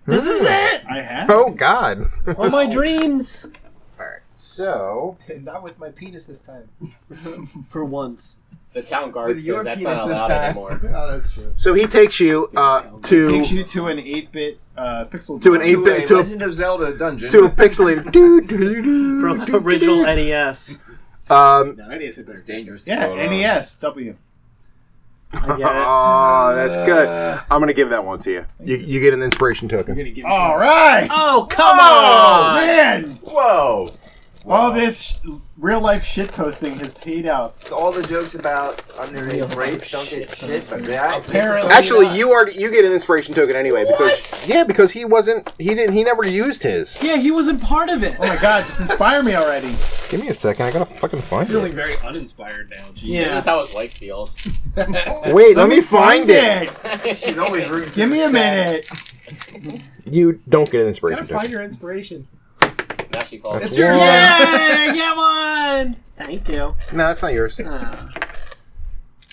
D: this is it!
C: I have.
A: Oh God.
D: All (laughs) my dreams!
A: So
G: Not with my penis this time.
D: For once.
B: The town guard
G: With your
B: says that's
G: penis
B: not
G: this
B: allowed
G: time.
B: anymore.
G: (laughs) Oh, that's true.
A: so he takes you uh, to
C: Takes you to an eight-bit uh, pixel.
A: To an
C: drawing.
A: eight-
F: To a
A: to a-
F: Legend of Zelda dungeon.
A: to a (laughs) pixelated dude
D: From original E NES.
A: Um,
G: No, I need to sit
F: It's
G: there.
F: dangerous.
C: Yeah,
F: Hold on.
C: NES W.
D: I get it.
A: (laughs) oh, that's good. I'm gonna give that one to you. You, you get an inspiration
G: You're
A: token.
G: gonna give me.
C: All right, Oh,
D: Oh, come on!
C: man.
F: Whoa.
C: All this sh- real life shit posting has paid out.
F: So all the jokes about underage rape don't get shit. but that-
G: Apparently
A: Actually,
G: not.
A: you already you get an inspiration token anyway because yeah, because he wasn't he didn't he never used his.
D: Yeah, he wasn't part of it!
C: Oh my god, just inspire me already.
A: Give me a second, I gotta fucking find
G: feeling very uninspired now. Gee.
B: This
D: Yeah.
B: is how his wife feels.
A: it. Wait, let, me find, it.
F: She's always rude.
C: Give me a minute.
A: You don't get an
G: Gotta
A: inspiration
G: find
A: token.
G: your inspiration.
B: Now she falls.
A: That's
G: It's your
A: one.
D: Yay! Get one! Thank you.
A: No, that's not yours.
D: Ah.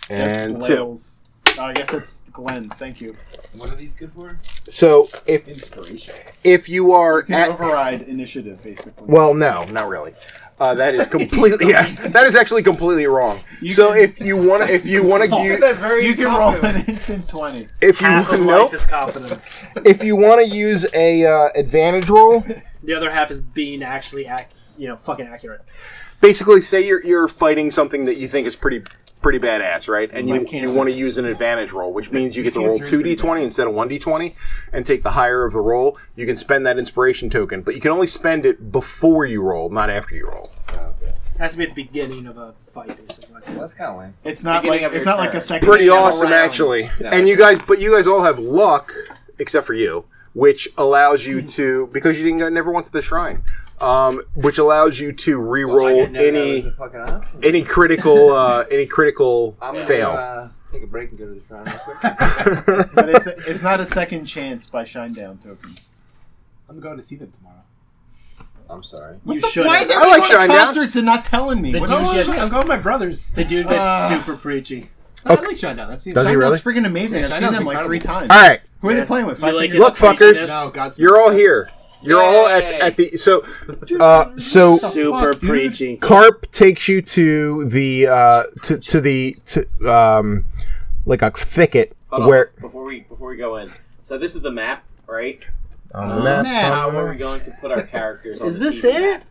A: And
C: That's
A: two.
C: Wales. Oh, I guess that's Glenn's. Thank you.
F: What are these good for?
A: So if
F: Inspiration.
A: if you are
C: You can
A: at
C: override initiative, basically.
A: well, no, not really. Uh, that is completely yeah, (laughs) that is actually completely wrong.
C: You
A: so
C: can-
A: if you wanna if you wanna use
C: you can roll an instant twenty.
A: if you
D: Half of
A: nope,
D: life is confidence.
A: if you wanna use a uh, advantage roll,
D: The other half is being actually, ac- you know, fucking accurate.
A: basically say you're you're fighting something that you think is pretty pretty badass, right? And you,
C: Like
A: you
C: cancer.
A: want to use an advantage roll, which means you get to roll
G: Cancer is
A: two
G: pretty
A: d twenty instead of one d twenty, and take the higher of the roll. You can spend that inspiration token, but you can only spend it before you roll, not after you roll.
D: Has to be at the beginning of a fight, basically.
F: That's kind of lame.
C: It's not
B: Beginning
C: like
B: of
C: it's
B: your
C: not like a
B: turn.
C: second.
A: Pretty
C: Yeah,
A: awesome,
C: round.
A: actually.
F: No.
A: And you guys, but you guys all have luck, except for you, which allows you to because you didn't go, never went to the shrine. Um, which allows you to re-roll any any critical uh, any critical
F: I'm gonna,
A: fail. (laughs)
F: Uh, take a break and go to the shrine real (laughs) quick.
C: But it's, it's not a second chance by Shinedown token.
G: I'm going to see them tomorrow.
F: I'm sorry.
D: you should.
A: there- I like
C: going to
A: Shinedown.
C: concerts and not telling me?
D: The
C: What
D: dude
C: the-
D: gets-
G: I'm going with my brothers.
D: The dude gets
C: Ah.
D: super preachy.
G: I like Shinedown. I've seen.
A: Does
G: it.
A: he really?
C: It's freaking amazing.
G: Yeah,
C: I've
G: Shinedown's
C: seen them like
G: incredible.
C: three times.
A: All right.
C: Who are
D: Yeah.
C: they playing with?
D: You like
C: Five
D: his
A: Look, fuckers.
D: preachiness?
G: No, God's
A: You're all here. You're all at,
B: Yay.
A: at the so uh, so
D: Super
E: fuck, dude?
D: preachy.
A: Carp takes you to the uh, to to the to, um like a thicket
B: Hold on,
A: where
B: before we before we go in. So this is the map, right?
A: on the map,
B: How
A: on the
B: are we
A: map.
B: going to put our characters? on
D: Is
B: the
D: this
B: TV
D: it?
B: map?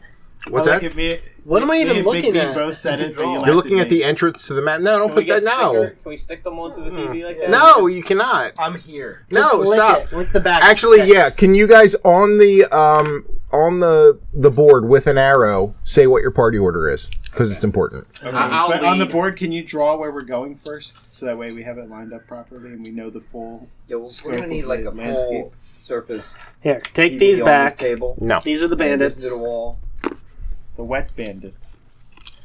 A: What's
C: I like
A: that?
C: it, me-
D: What am I
C: me
D: even
C: and
D: looking
C: Big B
D: at?
C: both said it, but you
A: You're
C: laughed
A: looking at
C: me.
A: the entrance to the map. No, don't
B: Can we
A: put
B: get
A: that now.
B: sticker- Can we stick them onto the
A: Mm.
B: TV like that?
A: No, you cannot.
F: I'm here.
D: Just
A: No,
D: lick
A: stop.
D: it with the back.
A: Actually,
D: steps.
A: yeah. Can you guys on the um on the the board with an arrow say what your party order is because it's important.
B: I- I'll
C: but on the
B: lead.
C: board, can you draw where we're going first, so that way we have it lined up properly and we know the full?
F: Yeah, well, we're gonna
C: Scope
F: need
C: of
F: like a
C: the
F: full
C: landscape.
F: surface.
D: Here, take
F: TV
D: these
F: on
D: back.
F: This table.
A: No.
D: These are the
F: Into
D: bandits.
F: the wall.
C: The wet bandits.
D: (laughs)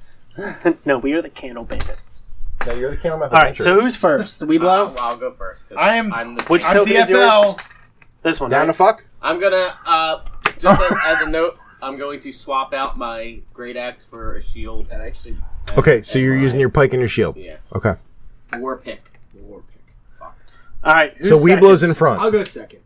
D: no, we are the candle bandits.
A: No, you're the camera.
D: All right, so who's first? We blow.
B: I'll, I'll go first. 'cause
C: I am-
B: I'm the
D: Which
B: I'm,
D: token is yours? This one.
A: down
D: Right?
A: to fuck.
B: I'm gonna uh, just as, as a note, I'm going to swap out my great axe for a shield.
F: That actually.
A: Okay, so
B: and
A: you're
B: my-
A: using your pike and your shield.
B: yeah
A: Okay,
B: war pick. War pick. Fuck.
D: All right. Who's
A: so Weeblo's
D: second?
A: in front.
E: I'll go second.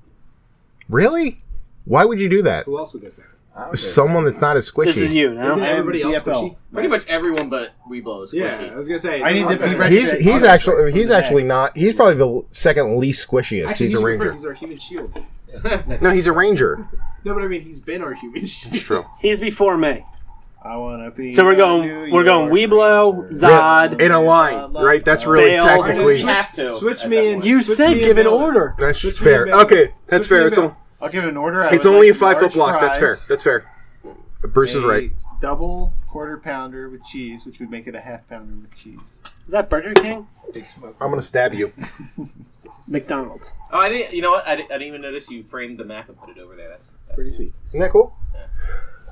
A: Really? Why would you do that?
E: Who else would go second?
F: I don't know.
A: Someone that's not as squishy.
D: This is you
E: Isn't
D: now.
C: I am
E: everybody else
C: DFL.
E: squishy?
B: Pretty much everyone but Weeblo is
E: Yeah,
B: squishy.
E: I was gonna say.
C: I need to be ready.
A: He's he's actually he's actually not. He's probably the second least squishiest.
E: Actually,
A: he's a
E: should be
A: ranger.
E: first. He's our human shield.
A: No, he's a ranger.
E: No, but I mean, he's been our human shield.
A: It's true.
D: He's before me.
C: I want to be.
D: So we're
C: a
D: going.
C: New
D: We're going.
C: York
D: Weeblow,
C: Ranger.
D: Zod.
A: In a line, right? That's really
D: Bale.
A: technically.
B: Artist. have to
E: Switch
B: at
E: me
B: that
E: in.
B: point.
D: You
E: switch
D: said
E: me in
D: give an
E: Baylor.
D: order.
A: That's
E: Switch me
A: fair.
E: and Bale.
A: Okay, that's
E: Switch me
A: fair.
E: and
A: It's
E: Bale.
A: all,
C: I'll give an order. I
A: it's
C: would
A: only a
C: like
A: five foot
C: large
A: block. That's fair.
C: fries,
A: That's fair. Bruce is
C: a
A: right.
C: Double quarter pounder with cheese, which would make it a half pounder with cheese.
D: Is that Burger King?
F: Big smoke.
A: I'm gonna stab you.
D: McDonald's.
B: Oh, I didn't. You know what? I, di- I didn't even notice you framed the map and put it over there. That's, that's
E: Pretty sweet.
A: Isn't that cool?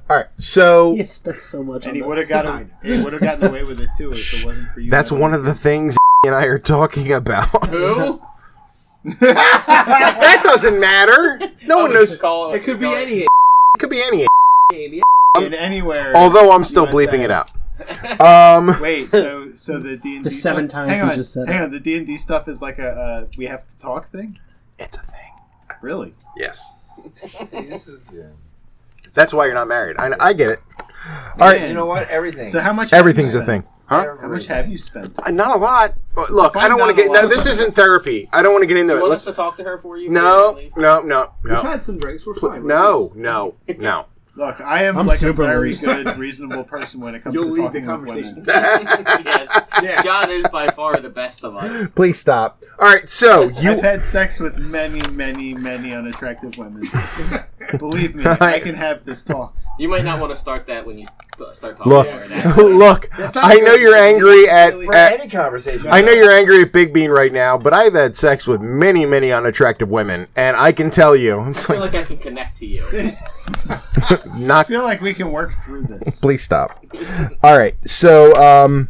A: All right, so
D: You spent so much on
C: And he
D: this.
C: would
F: (laughs)
C: have gotten. he would have gotten away with it too if it wasn't for you.
A: that's one of the things (laughs) and I are talking about.
B: who?
A: (laughs) that doesn't matter. No one knows. It
B: Call,
E: It could be
B: call-
E: any.
A: could be any.
E: Any.
C: in anywhere.
A: Although I'm still
C: USA.
A: bleeping it out. Um.
C: (laughs) Wait, so so the D and
D: The seven times
C: hang
D: we
C: on,
D: just said
C: Hang
D: it.
C: on, the D and D stuff is like a uh, we have to talk thing.
A: It's a thing.
C: Really?
A: Yes.
F: See, this is. Yeah.
A: That's why you're not married. I, I get it. All right.
F: You know what? Everything.
C: So how much? have
A: Everything's
C: you
A: a
C: spent?
A: thing. Huh?
C: How much have you spent?
A: Uh, Not a lot. Uh, Look, I
C: Find
A: don't want
C: out
A: to
C: a
A: get.
C: lot.
A: No, this isn't therapy. I don't want to get into
B: You
A: it.
B: want
A: Let's.
B: us to talk to her for you?
A: No,
B: Really?
A: no, no,
E: We've
A: no,
E: had some drinks. We're
A: Pl-
E: fine. We're
A: no,
E: loose.
A: no, no.
C: Look, I am
D: I'm
C: like
D: super
C: a very
D: loose.
C: good, reasonable person when it comes
E: You'll
C: to
E: lead the
C: talking with
E: conversation.
C: women.
B: (laughs) yes.
E: Yeah.
B: John is by far the best of us.
A: Please stop. All right, so
C: I've
A: you.
C: had sex with many, many, many unattractive women.
A: (laughs)
C: Believe me,
A: I-
C: I can have this talk.
B: You might not want to start that when you st- start talking.
A: Look, (laughs)
B: to her now.
A: look. I know you're angry at.
F: For
A: at
F: any conversation.
A: I know you're angry at Big Bean right now, but I've had sex with many, many unattractive women, and I can tell you, it's
B: I feel
A: like
B: like I can connect to you.
C: I
A: not.
C: feel like we can work through this.
A: Please stop. All right, so um,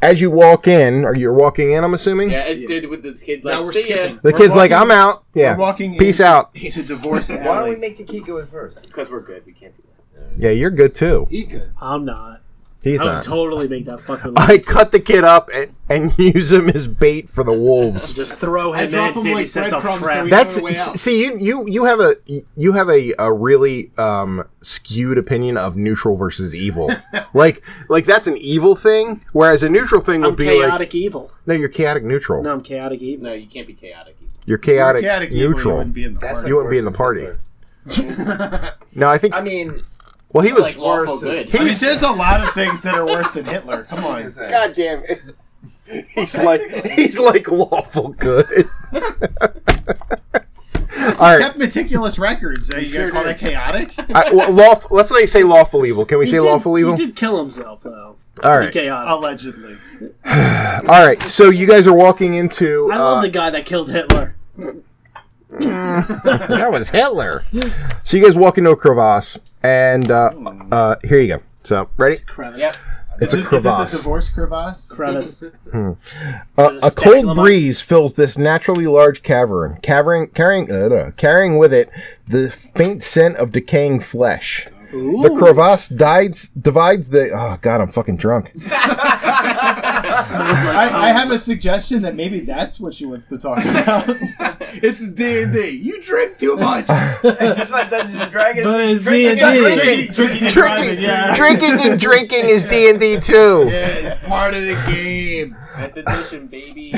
A: as you walk in, or you're walking in, I'm assuming.
B: Yeah, it did with the kid. Like,
E: Now we're
B: see ya,
E: skipping.
A: The
C: We're
A: kid's like, I'm
C: walking-
A: out. Yeah.
C: We're walking
A: Peace
C: in
A: out.
C: to divorce
F: Why don't we
C: alley.
F: make the kid go in first?
B: because we're good. We can't do that.
A: Yeah, you're good too.
E: He could.
D: I'm not.
A: He's
D: I would
A: not.
D: totally make that fucking.
A: (laughs) I cut the kid up and, and (laughs) use him as bait for the wolves.
D: Just throw
E: I
D: him in
E: drop
D: and
E: him
D: see if he
E: like
D: sets off
E: breadcrumbs so
D: traps.
E: we-
A: That's
E: on our way out.
A: s- see you you you have a you have a, a really um, skewed opinion of neutral versus evil. like like that's an evil thing, whereas a neutral thing would
D: I'm
A: be
D: chaotic
A: like
D: evil.
A: no, you're chaotic neutral.
D: No, I'm chaotic evil.
B: No, you can't be chaotic. either.
A: You're
C: If you were
A: chaotic,
C: evil, you
A: neutral.
C: wouldn't be in the
F: That's
A: (laughs)
C: party.
A: You wouldn't be in the party. no, I think
F: I mean,
A: well he was
B: like lawful
F: worse is-
B: good.
C: I mean,
A: he's
C: there's a lot of things that are worse than Hitler. Come on.
A: God damn it. He's like he's like lawful good. All right,
C: Kept meticulous records. Are you
E: sure
C: gonna call
E: did.
C: that chaotic?
A: (laughs) I, well, lawful, let's not say lawful evil. Can we
D: He
A: say
D: did-
A: lawful evil?
D: He did kill himself though.
A: All right,
D: Chaotic.
C: Allegedly.
A: all right. So you guys are walking into.
D: I love the guy that killed Hitler.
A: uh, that was Hitler. So you guys walk into a crevasse, and uh, uh, here you go. So ready?
D: Crevice.
B: Yep.
A: It's a
C: Is it- is it the
A: crevasse.
C: divorce crevasse?
D: Crevice.
A: Uh, a
D: Just stack
A: cold
D: them up.
A: breeze fills this naturally large cavern, cavern carrying uh, uh, carrying with it the faint scent of decaying flesh.
C: (laughs)
A: The crevasse dides, divides the. Oh God, I'm fucking drunk.
D: Smells like
C: I, I
D: home.
C: have a suggestion that maybe that's what she wants to talk (laughs) about.
E: It's D and D. You drink too much.
F: it's not Dungeons and Dragons.
I: But it's
F: Drinking-
I: D&D.
F: drinking-
C: Drinking, and driving,
A: Drinking, drinking and drinking is D and D too.
C: (laughs)
E: yeah, it's part of the game.
B: Fifth edition, baby.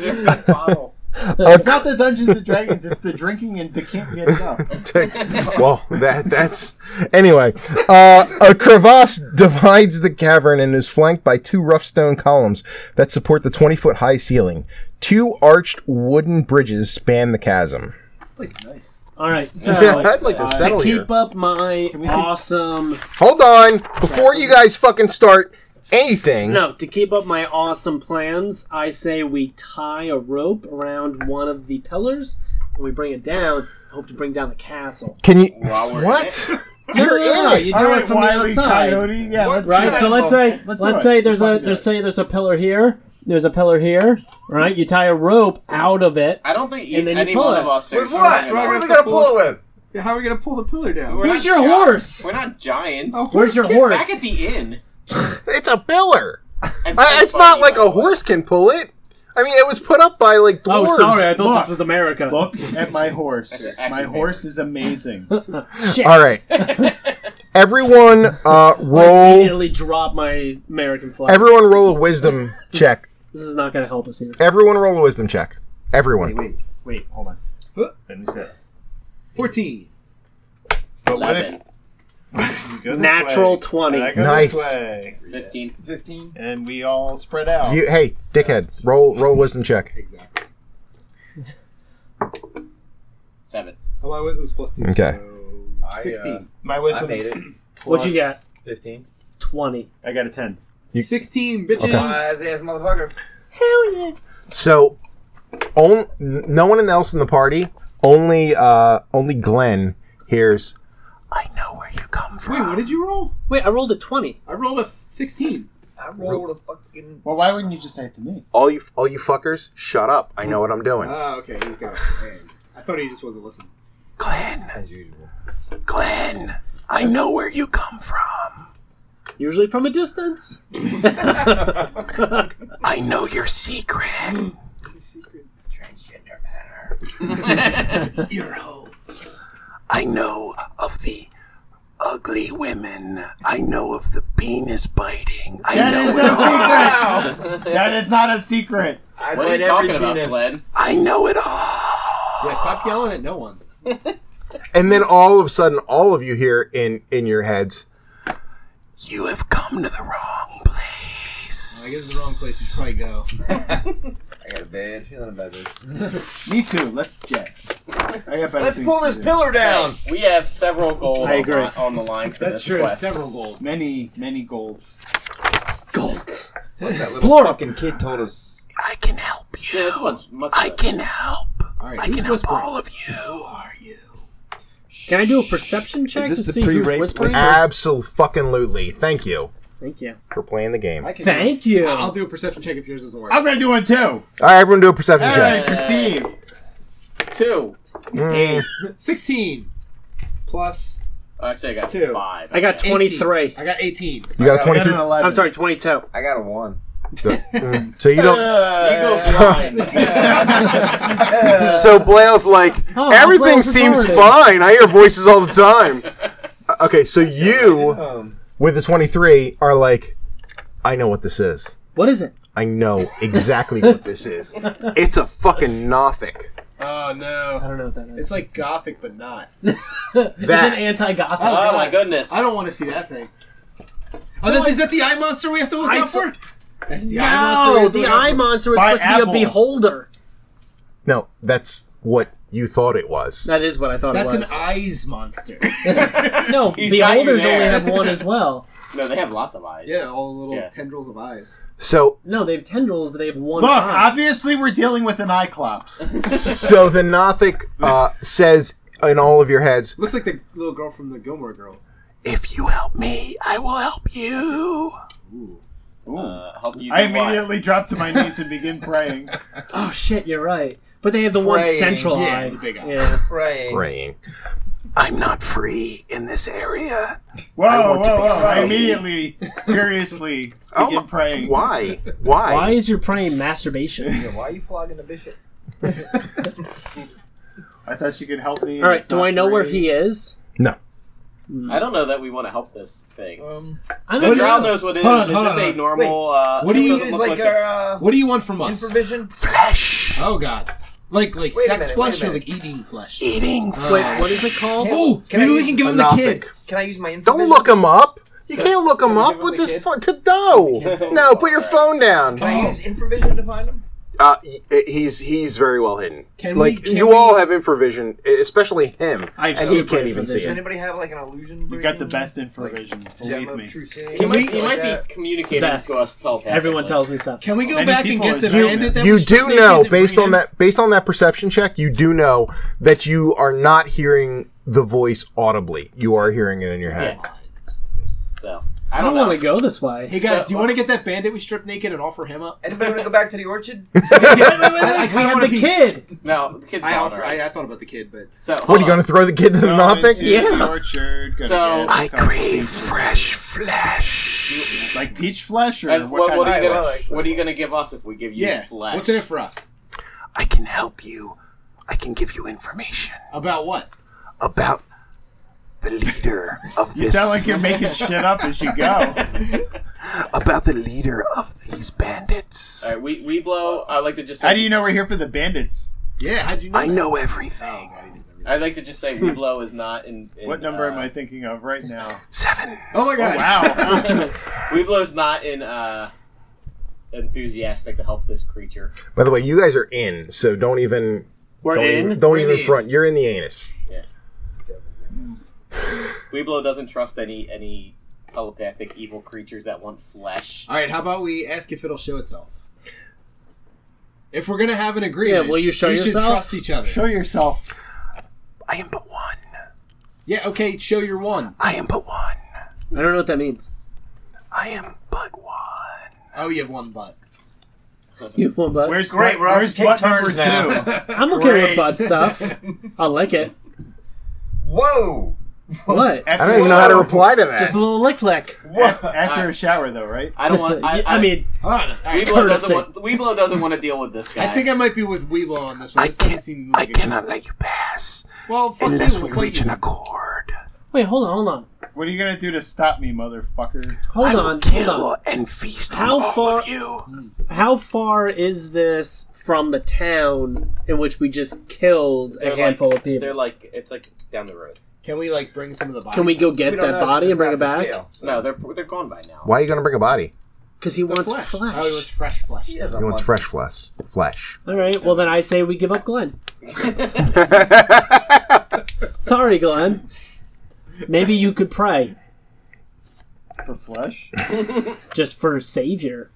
E: Different bottle.
C: It's
A: (laughs)
C: not the Dungeons and Dragons. It's the drinking and the can't get enough. (laughs)
A: Tick. well, that that's anyway. Uh,
C: (laughs)
A: a crevasse divides the cavern and is flanked by two rough stone columns that support the twenty-foot high ceiling. Two arched wooden bridges span the chasm.
E: Place is nice.
D: All
A: (laughs)
D: right, so
A: I'd like to
D: to
A: settle here.
D: keep up my
C: see-
D: awesome
A: Hold on, before you guys fucking start anything.
D: no, to keep up my awesome plans, I say we tie a rope around one of the pillars and we bring it down. Hope to bring down the castle.
A: Can you?
F: While we're
A: What? (laughs)
D: No, no,
A: You're
D: no, no,
A: in it.
D: you do
C: All
D: it
C: right,
D: from the
C: Wiley
D: outside.
C: Coyote. Yeah, let's
D: Right, so let's say
C: Let's
D: let's,
C: do it.
D: say there's
C: Let's
D: a
C: do
D: there's
C: it.
D: say there's a pillar here, there's a pillar here, right? You tie a rope out of it.
B: I don't think e-
D: And then you
B: any
D: pull
B: one
D: it.
B: of us are.
F: With what? What are we gonna pull it with?
E: Yeah, how are we gonna pull the pillar down?
B: We're
D: Where's
B: not
D: your
B: gi-
D: horse?
B: We're not giants.
E: Oh,
D: Where's your
B: Get
D: horse?
B: Back at the inn.
A: It's a pillar.
B: That's
A: I,
B: so
A: it's not
B: funny,
A: like
B: by the
A: a
B: way.
A: horse can pull it. I mean, it was put up by like
D: Oh,
A: dwarves.
D: sorry, I thought
C: Look.
D: this was America.
C: Look at my horse.
B: That's an action
C: My
B: figure.
C: horse is amazing.
D: (laughs) Shit.
A: All right. Everyone, uh,
D: I
A: roll.
D: immediately drop my American flag.
A: Everyone, roll a wisdom check.
D: this is not going to help us here.
A: Everyone, roll a wisdom check. Everyone.
C: (laughs) Wait, hold on. Let me set.
E: Fourteen.
C: But what if
B: Eleven.
C: you go this
D: Natural
C: way,
D: 20.
C: and I go
A: Nice.
C: this way,
B: 15.
F: Fifteen.
C: and we all spread out?
A: You, hey, dickhead, roll roll wisdom check.
E: Exactly.
B: 7.
E: Well, my wisdom's plus two.
A: Okay.
E: So
F: I, uh,
E: Sixteen.
C: my
F: I
C: wisdom.
F: made it.
D: What you got?
F: Fifteen.
D: 20.
C: I got a ten.
A: You-
E: Sixteen bitches.
F: Wise ass motherfucker.
A: So, on, n- no one else in the party. Only uh, only Glenn hears. I know where you come
E: Wait, what
A: from.
E: did you roll?
D: Wait, I rolled a 20.
E: I rolled a f- sixteen.
F: I rolled a fucking.
C: Well, why wouldn't you just say it to me?
A: All you all you fuckers, shut up! I know what I'm doing.
E: Ah, okay, he's got it. Dang. I thought he just wasn't listening.
A: Glenn,
F: As usual.
A: Glenn, I know where you come from.
D: Usually from a (laughs) distance.
A: I know your secret.
E: Secret.
F: Transgender manner.
E: Your hole.
A: I know of the ugly women. I know of the penis biting. I
C: That
A: know
C: is
A: it
C: no
A: all.
C: secret. That is not a secret.
F: I
B: What are
F: played
B: you talking
F: every
B: about,
F: penis.
B: Glenn?
A: I know it all.
E: Yeah, stop yelling at no one.
A: And then all of a sudden, all of you hear in in your heads, "You have come to the wrong
E: I
A: place."
E: guess it's the wrong place to try go.
F: I got a bad feeling about this.
C: Me too. Let's jet. I got better
F: Let's
C: things
F: pull
C: to
F: this
C: do.
F: pillar down.
B: We have several gold
D: I agree.
B: On, on the line for
E: That's
B: this
E: true.
B: quest.
E: Several gold.
C: Many, many golds.
D: Golds.
F: What's that little
D: plural.
F: fucking kid told us?
A: I can help
B: Yeah, that's
A: you.
B: much, much
A: I
B: better.
A: can help.
E: All right.
A: I
E: who's
A: can help
E: whispering?
A: all of you.
E: are you?
D: Can I do a perception check to
F: this the
D: see who's
F: pre-rape
D: whispering?
A: Absolutely. Thank you
D: Thank you.
A: for playing the game. All
F: I can
D: Thank you.
E: I'll do a perception check if yours doesn't work.
C: I'm gonna do one too.
A: right, everyone, do a perception
C: All
A: check.
C: right, perceive.
B: 2.
A: Mm,
E: Sixteen plus.
B: Actually, I got
E: Two.
B: 5.
D: I got
E: 18.
D: 23.
E: I got eighteen.
A: you got a
C: I got an
A: twenty-three.
C: 11.
D: I'm sorry, 22.
F: I got a one.
A: Mm, So you don't.
E: (laughs)
B: You go blind.
A: (laughs) So Blaile's like,
D: Oh,
A: everything
D: Blaile's
A: seems
D: retarded."
A: fine. I hear voices all the time. (laughs) Uh, Okay, so you
F: Um,
A: with the twenty-three are like, I know what this is.
D: What is it?
A: I know exactly what this is. It's a fucking Nothic.
E: Oh
D: I
E: no!
D: don't know what that is.
E: It's like gothic, but not.
D: it's an
A: That
D: anti-gothic.
B: oh my goodness.
E: I don't want to see that thing. Oh, that, is that the eye monster we have to look
D: I
E: out
D: saw-
E: for? That's the
D: no, the
E: we have
D: eye
E: to look out
D: monster was
C: By
D: supposed to
C: Apple.
D: be a beholder.
A: no, that's what you thought it was.
D: That is what I thought
E: for. That's
D: it
E: an
D: was.
E: eyes (laughs) monster.
D: (laughs) No,
B: He's got you
D: beholders only
B: there.
D: have (laughs) one as well.
B: No, they have lots of eyes.
E: yeah, all the little
B: Yeah.
E: tendrils of eyes.
A: So,
D: No, they have tendrils, but they have one
C: Look,
D: eye.
C: obviously we're dealing with an Cyclops.
A: (laughs) so the Nothic uh, says in all of your heads,
E: Looks like the little girl from the Gilmore Girls.
A: "If you help me, I will help you."
E: Ooh.
B: Uh, help you
C: I
B: do what?
C: immediately drop to my knees and
A: (laughs)
C: begin praying.
D: Oh shit, you're right. But they have the one
F: Praying,
D: central
E: yeah,
D: eye.
E: the big eye.
D: Yeah.
F: praying.
A: Praying. I'm not free in this area.
C: Whoa,
A: I want to
C: whoa,
A: be
C: whoa. I
A: free.
C: immediately, furiously
A: Oh
C: begin
A: my-
C: praying.
A: Why? Why?
D: Why is your praying masturbation?
F: Yeah, why are you flogging the bishop?
C: I thought you could help me. and
D: All right,
C: it's
D: do
C: not
D: I know where
C: free.
D: he is?
J: No.
B: I don't know that we want to help this thing.
F: Um,
D: I
B: The
D: don't
B: drow
D: know.
B: knows what it is.
J: Hold on,
B: is
J: hold
B: this
J: on,
B: a
J: hold
B: normal? uh,
E: what do
B: it
E: you
B: doesn't
F: use
B: look
F: like
B: a-
F: our
E: What do you want from
F: uh,
E: us?
F: improvision?
A: Flesh.
E: Oh God, like like
F: Wait a
E: sex
F: minute,
E: flesh
F: wait a
E: or
F: minute.
E: like eating flesh?
A: Eating
E: Oh.
A: flesh.
D: What is it called?
E: Oh,
F: Can
E: maybe
F: I
E: we
F: use
E: can give him the
A: Anothic.
E: kid.
F: Can I use my improvision?
A: Don't look him up. You can't look him
F: we
A: up.
F: give him
A: What's
F: the
A: his
F: kid?
A: phone?
F: (laughs)
A: No, no. Put your phone down.
F: Can I use improvision to find him?
A: Uh, y- he's he's very well hidden.
E: Can we-
A: like
E: can
A: you
E: we-
A: all have infravision, e, especially him,
D: I've
A: and he
D: super
A: can't even see
F: Does
A: it.
F: anybody have like an illusion?
C: You've got the best information. Believe me.
B: He might, he
F: you
B: might be communicating
D: Best.
B: to us telepathically.
D: Everyone tells me so.
E: Can we go
C: Many
E: back and
C: people
E: get
C: are
E: the
C: human.
E: bandit? That
A: You
E: we-
A: do
E: they
A: know,
E: didn't
A: based
E: bring
A: on
E: in?
A: that based on that perception check, you do know that you are not hearing the voice audibly. You are hearing it in your head.
B: Yeah. So
D: I
B: I
D: don't
B: don't
D: want
B: know.
D: to go this way.
E: Hey guys, do you want to get that bandit we stripped naked and offer him up?
F: Anybody want to go back to
A: (laughs)
F: the orchard?
D: (laughs)
E: I
D: we
E: kinda
D: have
E: wanna
D: the
E: be-
D: kid.
B: No, the kid's
E: I,
B: gone
E: offer,
B: already.
E: I, I thought about the kid, but
B: So
A: What are you going to throw the kid to the
C: Going to
A: nothing?
D: Yeah.
C: the orchard, gonna
B: So-
C: get
A: I
C: some
A: crave
C: pieces.
A: fresh flesh.
C: Like peach flesh or
B: And
C: what,
B: what,
C: kind
B: what
C: of
B: are you gonna
C: flesh?
B: What are you gonna give us if we give you
E: yeah,
B: flesh?
E: what's in it for us?
A: I can help you. I can give you information
E: About what?
A: about the leader of
C: You
A: this
C: sound like you're making shit up as you (laughs) go.
A: about the leader of these bandits.
B: All right, we we blow. I like to just. Say,
C: How do you know we're here for the bandits?
E: Yeah, how'd you know? Oh,
A: I know everything.
B: I like to just say
C: (laughs)
B: we blow is not in. in
C: What number
B: uh,
C: am I thinking of right now?
A: Seven.
E: Oh my god!
C: Wow.
B: (laughs)
E: (laughs)
B: we blow's not in. uh enthusiastic to help this creature.
A: By the way, you guys are in, so don't even
D: We're
A: don't
D: in.
A: even, don't
E: We're in
A: even
E: the
A: front.
E: anus.
A: You're in the anus.
B: Weeblo doesn't trust any any telepathic evil creatures that want flesh.
E: All right, how about we ask if it'll show itself? If we're gonna have an
D: Yeah,
E: agreement,
D: will you show
E: we should
D: yourself?
E: trust each other.
C: Show yourself.
A: I am but one.
E: yeah, okay, show your one.
A: I am but one.
D: I don't know what that means.
A: I am but one.
E: Oh, you have one butt.
D: You have one butt.
C: Where's
F: Great,
C: butt-
F: we're off
C: where's
F: to take
C: butt number
F: turns now.
C: two?
D: I'm okay with
C: Great.
D: butt (laughs) stuff. I like it.
F: Whoa!
D: (laughs) What?
A: I
C: After,
A: don't even know how to reply to that.
D: Just a little lick lick.
F: Whoa!
C: (laughs) After a shower, though, right?
B: I don't
D: (laughs)
B: want. I,
D: I, mean,
E: All right, all right.
B: Weeblo
D: courtesy.
B: doesn't want. Weeblo doesn't want to deal with this guy.
E: I think I might be with Weeble on this one.
A: I
E: This doesn't
A: can't-
E: seem
A: I
E: like a good-
A: cannot let you pass
E: Well, fuck
A: unless
E: you,
A: we
E: we'll fight
A: reach
E: you.
A: an accord.
D: wait, hold on, hold on,
C: What are you gonna do to stop me, motherfucker?
D: hold
A: I will
D: on,
A: kill
D: hold on.
A: and feast
D: How
A: on all
D: far-
A: of you.
D: How far is this from the town in which we just killed a handful
B: like,
D: of people?
B: They're like it's like down the road.
E: Can we like bring some of the bodies?
D: Can we go get
F: We don't
D: that
F: know,
D: body
F: it's
D: and bring it
F: not to
D: back?
F: scale, so-
B: No, they're they're gone by now.
A: Why are you going to bring a body?
D: Because he
E: The
D: wants
E: flesh.
D: flesh.
E: Oh, it was fresh flesh.
F: He has a
A: He wants
F: bunch.
A: fresh flesh. Flesh.
D: All right. Well, then I say we give up
A: (laughs)
D: Glenn. Sorry, Glenn. Maybe you could pray
C: For flesh?
D: just for savior.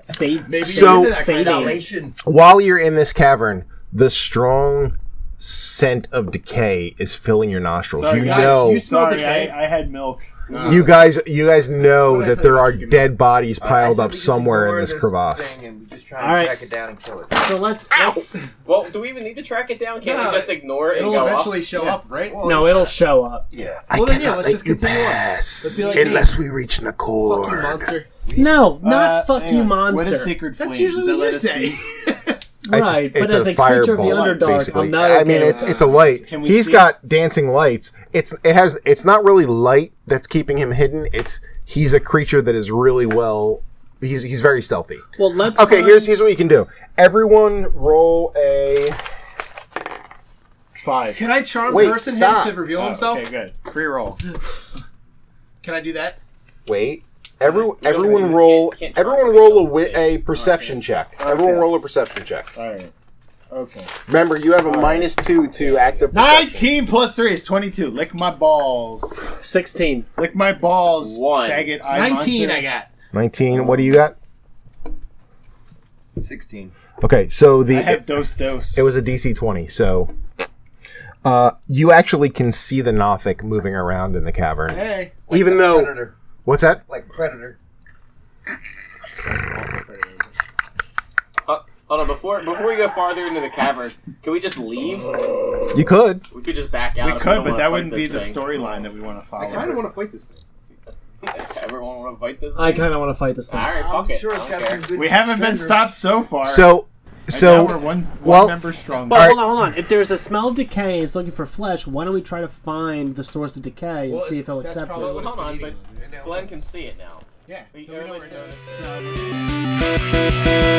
D: Save.
E: Maybe
A: So-
E: into that
D: Say
E: kind of-
D: that.
F: Salvation.
A: While you're in this cavern, the strong scent of decay is filling your nostrils.
C: Sorry,
A: you
C: guys,
A: know,
E: you smell
C: Sorry,
E: decay.
C: I, I had milk.
A: you guys, you guys know
E: What did I
A: that
E: tell
A: there
E: you?
A: are
E: Give me-
A: dead bodies
F: I
A: piled
F: said we
A: up
F: just
A: somewhere in
F: ignore
A: this crevasse.
F: thing and we just try
D: All
F: and
D: right.
F: track it down and kill it.
D: So let's. let's
B: Well, do we even need to track it down? Can't
E: No,
B: we just ignore it and
E: It'll
B: go
E: eventually
B: up?
E: show up, right?
F: Well,
D: no, it'll show up.
F: Yeah.
A: I
E: Well, then,
A: cannot
E: yeah, let's
A: let
E: just
A: you
E: continue on.
A: pass
E: be like, hey,
A: unless we reach an
E: Fuck you,
A: accord.
E: monster.
D: No,
C: Uh,
D: not fuck
C: hang
D: you,
C: on.
D: monster.
C: What is sacred flame?
E: That's usually
C: Does that
E: what
C: let
E: you
C: us
E: say.
C: see?
A: It's,
D: Right,
A: it's
D: but
A: a,
D: as a creature of the
A: fireball,
D: underdog,
A: basically.
D: I'm not
A: I mean,
D: okay
A: it's
D: with
A: it's a
D: this.
A: light.
C: Can we
A: He's
C: see
A: got dancing lights. It's it has it's not really light that's keeping him hidden. It's he's a creature that is really well. He's he's very stealthy.
D: Well, let's.
A: Okay,
D: find-
A: here's here's what you can do. Everyone, roll a.
C: Five.
E: Can I charm
A: Wait,
E: person
A: stop.
E: him to reveal
C: Oh,
E: himself?
C: Okay, good. Free roll.
E: Can I do that?
A: Wait. Every,
B: you
A: evereveryone
B: can't-
A: roll.
B: you can't try
A: everyone
B: to
A: roll a
B: make
A: wi-
B: it
A: a perception check. Everyone roll a perception check.
C: All right. Okay.
A: Remember, you have a minus two to active. perception.
C: 19 plus 3 is 22. Lick my balls.
D: sixteen.
C: Lick my balls.
B: One.
C: Faggot eye
E: 19
C: monster.
E: I got.
A: Nineteen. What do you got?
F: 16.
A: Okay, so the
C: I have dose dose.
A: It was a DC 20, so uh, you actually can see the Nothic moving around in the cavern.
E: Hey.
A: Even
F: Like
A: though.
F: Predator.
A: What's that?
F: Like Predator.
B: Hold on, before before we go farther into the cavern, can we just leave?
A: You could.
B: We could just back out.
C: We
B: if
C: could,
B: don't
C: but
B: wanna
C: that
B: fight
C: wouldn't
B: this
C: be the
B: thing.
C: storyline that we want to follow.
E: I kind of want to fight this thing.
B: Everyone want to fight this?
D: I
B: thing?
D: kind of want to fight this thing.
B: All right, fuck
K: I'm
B: it.
K: sure
B: I
K: it's
B: don't
K: got
B: care.
K: some good.
C: We haven't been stopped so far.
A: So,
C: and
A: so
C: now we're one, one
A: well-
C: member strong.
D: But
A: All
D: hold on, hold on. If there's a smell of decay, it's looking for flesh. Why don't we try to find the source of decay and see if he'll
E: that's
D: accept
E: probably
D: it?
E: what it's
B: Hold on,
E: been
B: but
E: eating. And now
B: Glenn
E: it's-
B: can see it now.
E: Yeah.
B: He-
E: so we know
B: or at
E: where
B: least
E: it
B: knows.
E: is.
D: So-